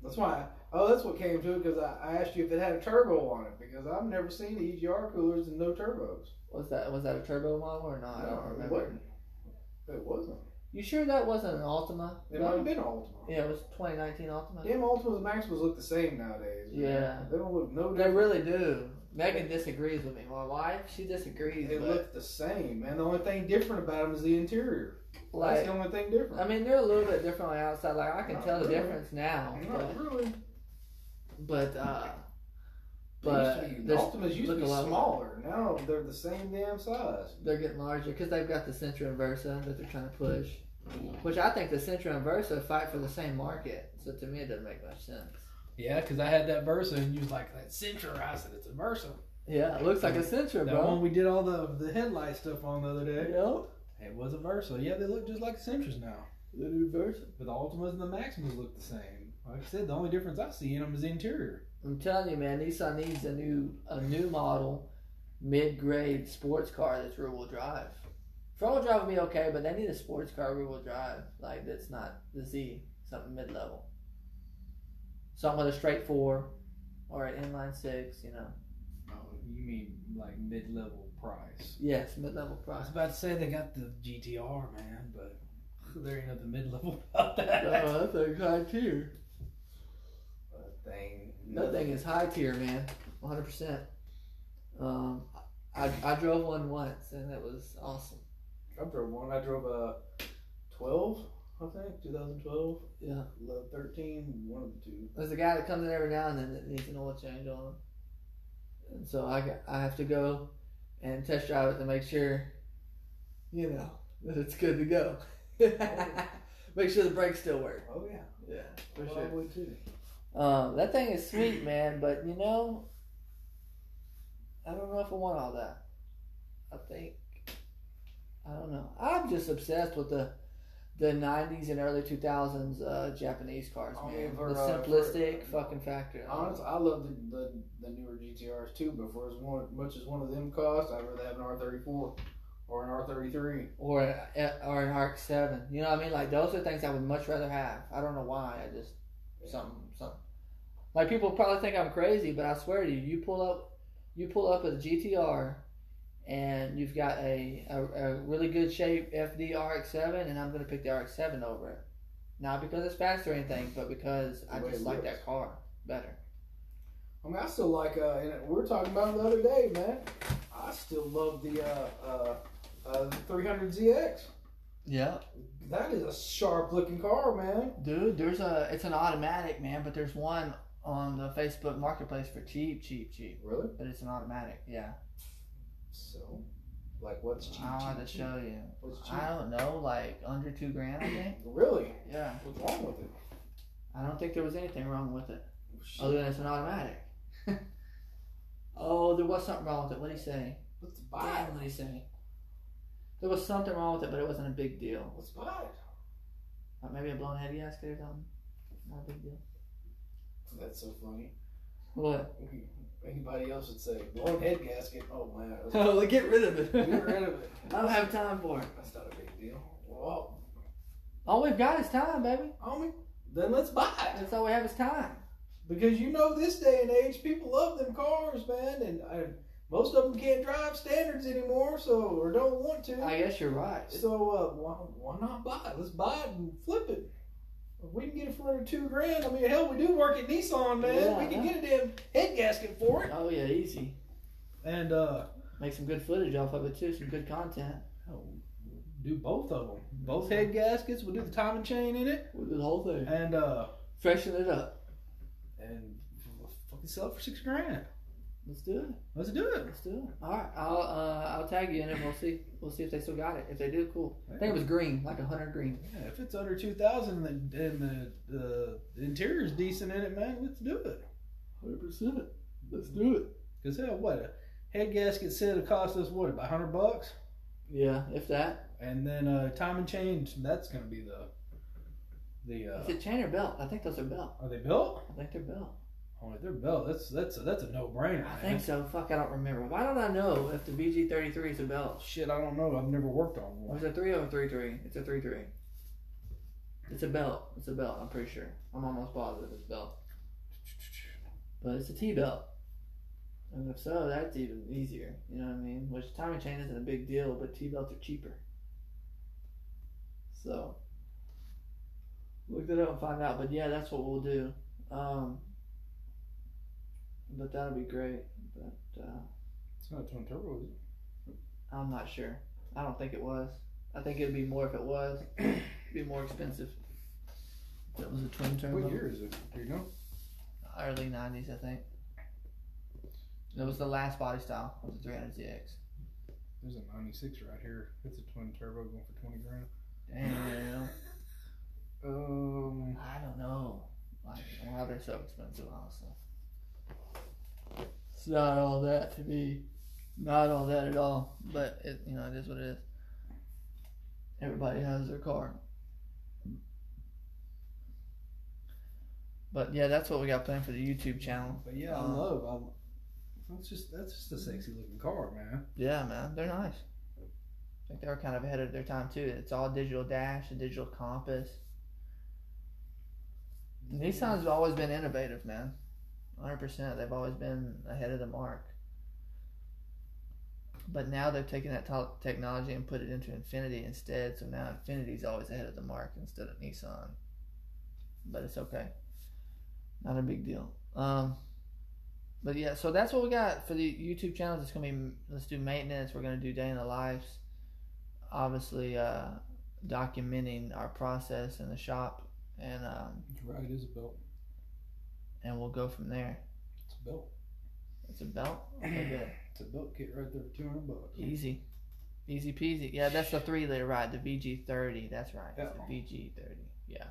B: That's why. Oh, that's what came to it because I, I asked you if it had a turbo on it because I've never seen EGR coolers and no turbos.
A: Was that was that a turbo model or not? I
B: No,
A: don't
B: it
A: remember.
B: wasn't. It wasn't.
A: You sure that wasn't an Altima?
B: It
A: No?
B: might have been Ultima.
A: Yeah, it was 2019 Altima.
B: Damn Ultimas and Maximals look the same nowadays. man.
A: Yeah.
B: They don't look no
A: They
B: different.
A: really do. Megan disagrees with me. My wife, she disagrees.
B: They
A: but,
B: look the same, man. The only thing different about them is the interior. That's
A: like,
B: the only thing different.
A: I mean, they're a little bit different on the outside. Like, I can
B: Not
A: tell the
B: really.
A: difference now.
B: not really.
A: But, but, uh,
B: They
A: but
B: used to be,
A: they're-
B: Ultimas used to
A: look
B: be
A: a lot-
B: smaller. Now they're the same damn size.
A: they're getting larger because they've got the Sentra and Versa that they're trying to push. Which I think the Sentra and Versa fight for the same market. So to me, it doesn't make much sense.
C: Yeah, because I had that Versa, and you was like that Sentra. I said it's a Versa.
A: Yeah, it looks like a Sentra,
C: That one
A: bro.
C: we did all the the headlight stuff on the other day.
A: Yep.
C: It was a Versa. Yeah, they look just like Sentras now.
A: The new Versa.
C: But the Ultimas and the Maximas look the same. Like I said, the only difference I see in them is the interior.
A: I'm telling you, man, Nissan needs a new a new model, mid grade sports car that's rear wheel drive. Front wheel drive would be okay, but they need a sports car rear wheel drive like that's not the Z, something mid level, something with a straight four or an inline six. You know,
C: Oh, you mean like mid level price?
A: yes, mid level
C: I was
A: price.
C: about to say they got the GTR, man, but there ain't nothing mid level about that.
A: Oh, that thing's high tier.
B: That thing.
A: That thing is high tier, man. 100%. Um, I, I drove one once and it was awesome.
B: I drove one. I drove a 12, I think, 2012,
A: Yeah.
B: 13, one of the two.
A: There's a guy that comes in every now and then that needs an oil change on him. And so I, got- I have to go and test drive it to make sure, you know, that it's good to go. make sure the brakes still work.
B: Oh yeah,
A: Yeah, for
B: well, I
A: sure.
B: would too.
A: Um, that thing is sweet, man, but you know, I don't know if I want all that. I think, I don't know. I'm just obsessed with the the 90s and early 2000s uh, Japanese cars,
B: I
A: man.
B: mean, for,
A: the
B: uh, for-
A: simplistic fucking factor.
B: Honestly, I love the, the the newer GTRs too. But for as one, much as one of them costs, I'd rather have an R34 or an R33.
A: or a- or an Arc Seven. You know what I mean? Like those are things I would much rather have. I don't know why. I just something something. Like people probably think I'm crazy, but I swear to you, you pull up, you pull up at a GTR, and you've got a a, a really good shape FD RX Seven, and I'm gonna pick the RX Seven over it. Not because it's faster or anything, but because I
B: The way
A: just
B: it
A: like
B: looks.
A: that car better.
B: I mean, I still like. Uh, and we were talking about it the other day, man. I still love the uh, uh, uh, 300ZX.
A: Yeah,
B: That is a sharp looking car, man.
A: dude. There's a it's an automatic man, but there's one on the Facebook Marketplace for cheap, cheap, cheap.
B: Really?
A: But it's an automatic. Yeah.
B: So, like, what's cheap?
A: I'll have to
B: cheap, cheap?
A: show you.
B: What's cheap?
A: I don't know, like under two grand, I think.
B: Really?
A: Yeah.
B: What's wrong with it?
A: I don't think there was anything wrong with it,
B: Shit.
A: other than it's an automatic. oh, there was something wrong with it. What did he say?
B: Let's buy
A: Damn,
B: it.
A: what did he say? There was something wrong with it, but it wasn't a big deal.
B: Let's buy it.
A: Like maybe a blown head gasket or something. Not a big deal.
B: That's so funny.
A: What?
B: Anybody else would say blown head gasket. Oh man, that's-
A: oh, get rid of it.
B: get rid of it.
A: I don't have time for it.
B: That's not a big deal. Well,
A: All we've got is time, baby.
B: homie, then let's buy it
A: That's all we have is time.
B: because you know this day and age people love them cars, man, and I, most of them can't drive standards anymore, so or don't want to.
A: I guess you're right.
B: So uh, why, why not buy it? Let's buy it and flip it. If we can get it for under two grand, I mean, hell, we do work at Nissan, man.
A: Yeah, I
B: we can
A: know.
B: get a damn head gasket for it.
A: Oh yeah, easy.
C: And uh,
A: Make some good footage off of it too. Some good content.
C: oh, do both of them.
A: Mm-hmm.
C: Both head gaskets. We'll do the timing chain in it,
A: We did the whole thing.
C: and uh,
A: Freshen it up.
C: and we'll fucking sell it for six grand.
A: Let's do it.
C: Let's do it.
A: Let's do it. All right. I'll uh, I'll tag you in it. We'll see. We'll see if they still got it. If they do, cool. I think it was green, like a hundred green.
C: Yeah, if it's under two thousand and the, and the uh, the interior's decent in it, man, let's do it.
A: Hundred percent. Let's do it.
C: Cause hell, what a head gasket said it cost us what about hundred bucks,
A: Yeah, if that.
C: and then uh, time and change. That's gonna be the the.
A: Is
C: Uh,
A: it chain or belt? I think those are belt.
C: are they built?
A: I think they're belt.
C: Oh, they're built. That's that's a, that's a no brainer.
A: I think so. Fuck, I don't remember. Why don't I know if the BG thirty three is a belt?
C: Shit, I don't know. I've never worked on
A: Or
C: one.
A: is it Oh, three or three three? It's a three three. It's a belt. It's a belt. I'm pretty sure. I'm almost positive it's a belt. But it's a T belt. And if so, that's even easier. You know what I mean? Which timing chain isn't a big deal, but T belts are cheaper. So look that up and find out. But yeah, that's what we'll do. Um, but that'll be great. But uh,
C: It's not a twin turbo, is it?
A: I'm not sure. I don't think it was. I think it'd be more if it was. it'd be more expensive. If it was a twin turbo.
C: What year is it? Do you know?
A: Early '90s, I think. It was the last body style of the 300ZX.
C: There's a '96 right here. It's a twin turbo going for twenty grand.
A: Damn.
C: Um,
A: I don't know. Like why they're so expensive, honestly. It's not all that to be, not all that at all. But it, you know, it is what it is. Everybody has their car. But yeah, that's what we got planned for the YouTube channel.
C: but yeah, I
A: Um,
C: love. I, that's just that's just a sexy looking car, man.
A: Yeah, man, they're nice. I think they were kind of ahead of their time too. It's all digital dash, a digital compass. Nissan's have always been innovative, man. 100%. They've always been ahead of the mark. But now they've taken that to- technology and put it into Infinity instead. So now Infinity's always ahead of the mark instead of Nissan. But it's okay. Not a big deal. Um, but yeah, so that's what we got for the YouTube channels. It's gonna be let's do maintenance. We're gonna do day in the lives, obviously uh, documenting our process in the shop, and um,
C: You're right. It is a belt.
A: and we'll go from there.
C: It's a belt.
A: It's a belt, Okay, good.
C: It's a belt kit right there for two hundred bucks.
A: easy, easy peasy. Yeah, that's the three liter ride, the VG thirty. That's right, it's
C: Yeah.
A: a VG thirty. Yeah,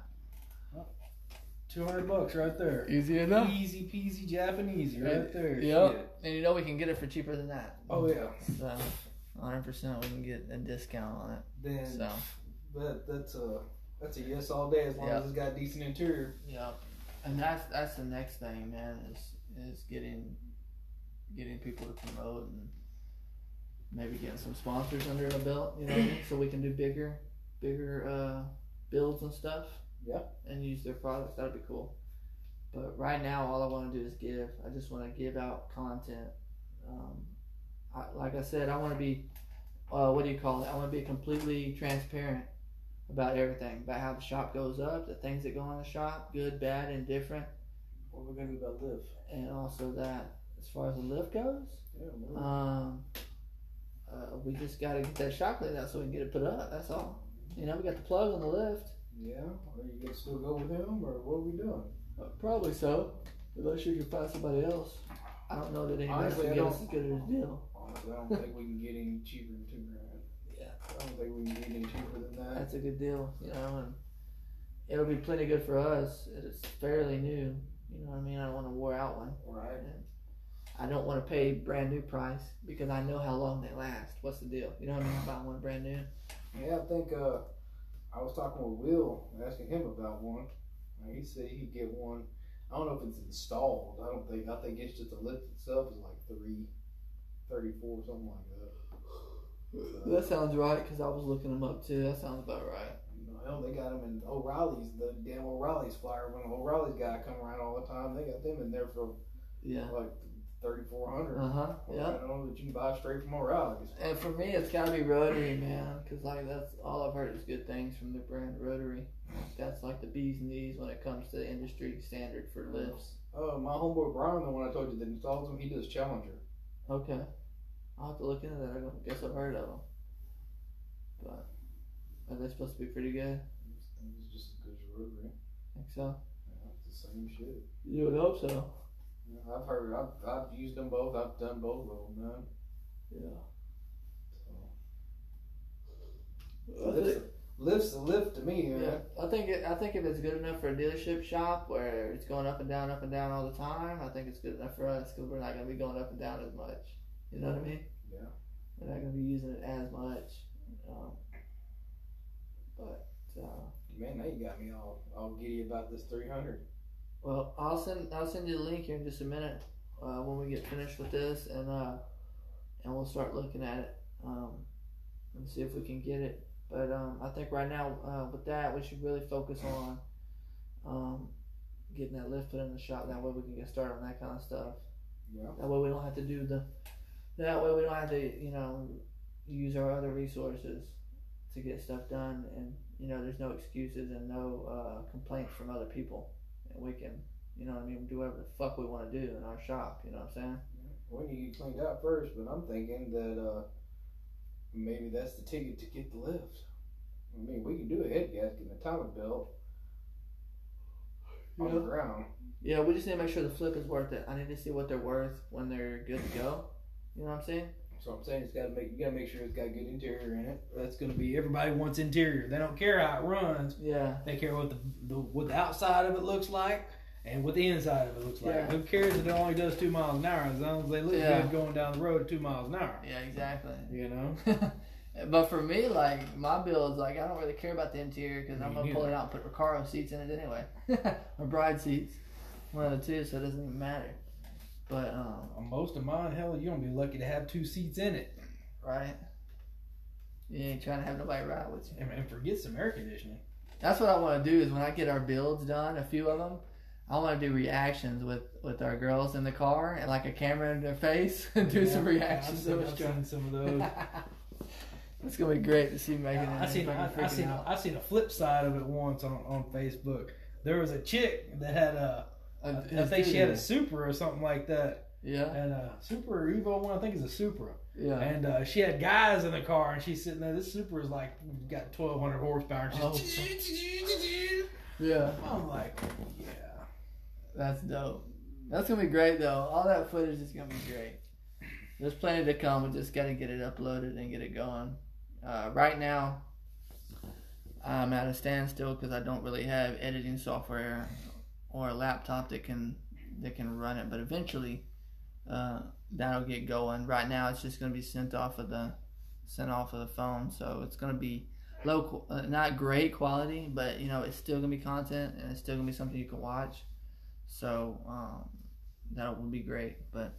C: Two hundred bucks right there.
A: easy
C: Easy peasy Japanese
A: Yeah.
C: right there. Shit.
A: Yep, and you know we can get it for cheaper than that.
C: Oh yeah.
A: So, hundred percent, we can get a discount on it.
B: Then
A: So,
B: that that's a that's a yes all day as long
A: Yeah.
B: as it's got decent interior.
A: Yeah, and that's that's the next thing, man. Is is getting getting people to promote and maybe getting some sponsors under our belt, you know, what I mean? so we can do bigger bigger uh, builds and stuff.
B: Yeah.
A: And use their products. That'd be cool. But right now, all I want to do is give. I just want to give out content. Um, I, like I said, I want to be. Uh, what do you call it? I want to be completely transparent about everything, about how the shop goes up, the things that go on the shop, good, bad, and different,
B: What we're gonna do about live?
A: and also that as far as the lift goes,
B: Yeah, man.
A: um, uh, we just got to get that shop laid out so we can get it put up. That's all. You know, we got the plug on the lift.
B: yeah. Are you gonna still go with him or what are we doing?
A: Uh, Probably so, unless you can find somebody else. I don't know that anybody
B: Honestly,
A: can
B: I
A: give
B: don't-
A: us as good of a deal.
B: Honestly, I don't think we can get any cheaper than two grand.
A: Yeah.
B: I don't think we can get any cheaper than that.
A: That's a good deal, you know, and it'll be plenty good for us. It's fairly new. You know what I mean? I don't want to wear out one.
B: Right.
A: I don't want to pay brand new price because I know how long they last. What's the deal? You know what I mean? Buying one brand new.
B: Yeah, I think uh, I was talking with Will, asking him about one. And he said he could get one. I don't know if it's installed. I don't think. I think it's just the lift itself is like three, thirty-four, something like that.
A: That sounds right because I was looking them up too. That sounds about right.
B: You know, hell, they got them in O'Reilly's. The damn O'Reilly's flyer. When O'Reilly's guy come around all the time, they got them in there for
A: Yeah.
B: like thirty-four hundred.
A: Uh huh.
B: I
A: Yeah.
B: don't know that you can buy straight from O'Reilly's.
A: And for me, it's gotta be Rotary, man, because like that's all I've heard is good things from the brand Rotary. That's like the bee's knees when it comes to industry standard for lifts.
B: Oh, my homeboy Brian, the one I told you that installs them, he does Challenger.
A: Okay. I'll have to look into that. I don't guess I've heard of them. But Are they supposed to be pretty good?
B: It's just as good as rotary.
A: think so.
B: Yeah, it's the same shit.
A: You would hope so.
B: Yeah, I've heard. I've, I've used them both. I've done both of them. Man.
A: Yeah.
B: So lifts, lifts the lift to me, man.
A: Yeah, I think it, I think if it's good enough for a dealership shop where it's going up and down, up and down all the time, I think it's good enough for us because we're not going to be going up and down as much. You know what I mean?
B: Yeah.
A: We're not going to be using it as much. Um, but uh,
B: Man, now you got me all all giddy about this 300.
A: well, I'll send I'll send you the link here in just a minute uh, when we get finished with this, and uh, and we'll start looking at it um, and see if we can get it. But um, I think right now uh, with that, we should really focus on um, getting that lift put in the shop. That way we can get started on that kind of stuff.
B: Yeah.
A: That way we don't have to do the. That way we don't have to you know use our other resources to get stuff done, and you know there's no excuses and no uh, complaints from other people, and we can you know what I mean do whatever the fuck we want to do in our shop. You know what I'm saying?
B: We need to get cleaned out first, but I'm thinking that uh, maybe that's the ticket to get the lift. I mean, we can do a head gasket and a timing belt on the
A: Yeah.
B: ground.
A: Um, Yeah, we just need to make sure the flip is worth it. I need to see what they're worth when they're good to go. You know what I'm saying?
B: So I'm saying it's got to make you got to make sure it's got good interior in it.
C: That's gonna be everybody wants interior. They don't care how it runs.
A: Yeah.
C: They care what the, the what the outside of it looks like and what the inside of it looks like.
A: Yeah.
C: Who cares if it only does two miles an hour as long as they look
A: Yeah.
C: good going down the road at two miles an hour.
A: Yeah, exactly.
C: You know.
A: but for me, like my build's like I don't really care about the interior because I'm
C: Me
A: gonna
C: neither.
A: pull it out and put Recaro seats in it anyway, or bride seats, one of the two, so it doesn't even matter. But um,
C: Most of mine, hell, you don't be lucky to have two seats in it.
A: right, you ain't trying to have nobody ride with you.
C: And, and forget some air conditioning.
A: That's what I want to do is when I get our builds done, a few of them, I want to do reactions with with our girls in the car and like a camera in their face and do some reactions.
C: I've,
A: of
C: seen-
A: us
C: I've seen some of those.
A: it's gonna be great to see Megan.
C: I
A: and
C: seen
A: fucking
C: I, I
A: freaking
C: seen
A: out.
C: I seen a flip side of it once on, on Facebook. There was a chick that had a I I think she had a Supra or something like that,
A: yeah,
C: and a Supra or Evo one I think is a Supra,
A: yeah.
C: and uh, she had guys in the car, and she's sitting there. This Supra is like got twelve hundred horsepower. And she's
A: Yeah,
C: I'm like, yeah,
A: that's dope. That's gonna be great though. All that footage is gonna be great. There's plenty to come. We just gotta get it uploaded and get it going. Uh, right now, I'm at a standstill because I don't really have editing software or a laptop that can that can run it. But eventually, uh, that'll get going. Right now, it's just gonna be sent off of the sent off of the phone, so it's gonna be local, uh, not great quality, but you know it's still gonna be content and it's still gonna be something you can watch. So um, that would be great. But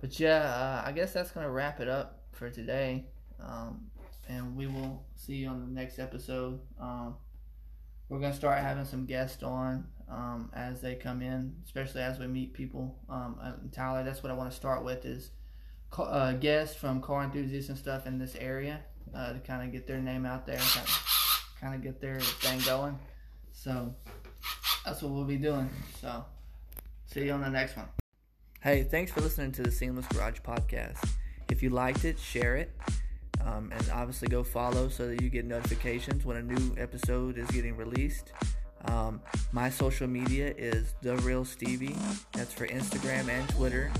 A: but yeah, uh, I guess that's gonna wrap it up for today. Um, and we will see you on the next episode. Um, we're gonna start having some guests on um, as they come in, especially as we meet people. Um, uh, Tyler, that's what I want to start with is ca- uh, guests from car enthusiasts and stuff in this area uh, to kind of get their name out there, kind of, kind of get their thing going. So that's what we'll be doing. So, see you on the next one. Hey, thanks for listening to the Seamless Garage podcast. If you liked it, share it. Um, and obviously, go follow so that you get notifications when a new episode is getting released. Um, my social media is The Real Stevie. That's for Instagram and Twitter.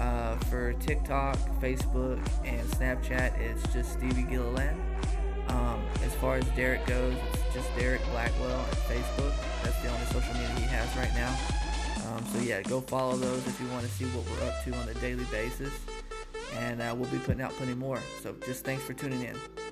A: Uh, for TikTok, Facebook, and Snapchat, it's just Stevie Gilliland. Um, as far as Derek goes, it's just Derek Blackwell at Facebook. That's the only social media he has right now. Um, so yeah, go follow those if you want to see what we're up to on a daily basis. And uh, we'll be putting out plenty more. So just thanks for tuning in.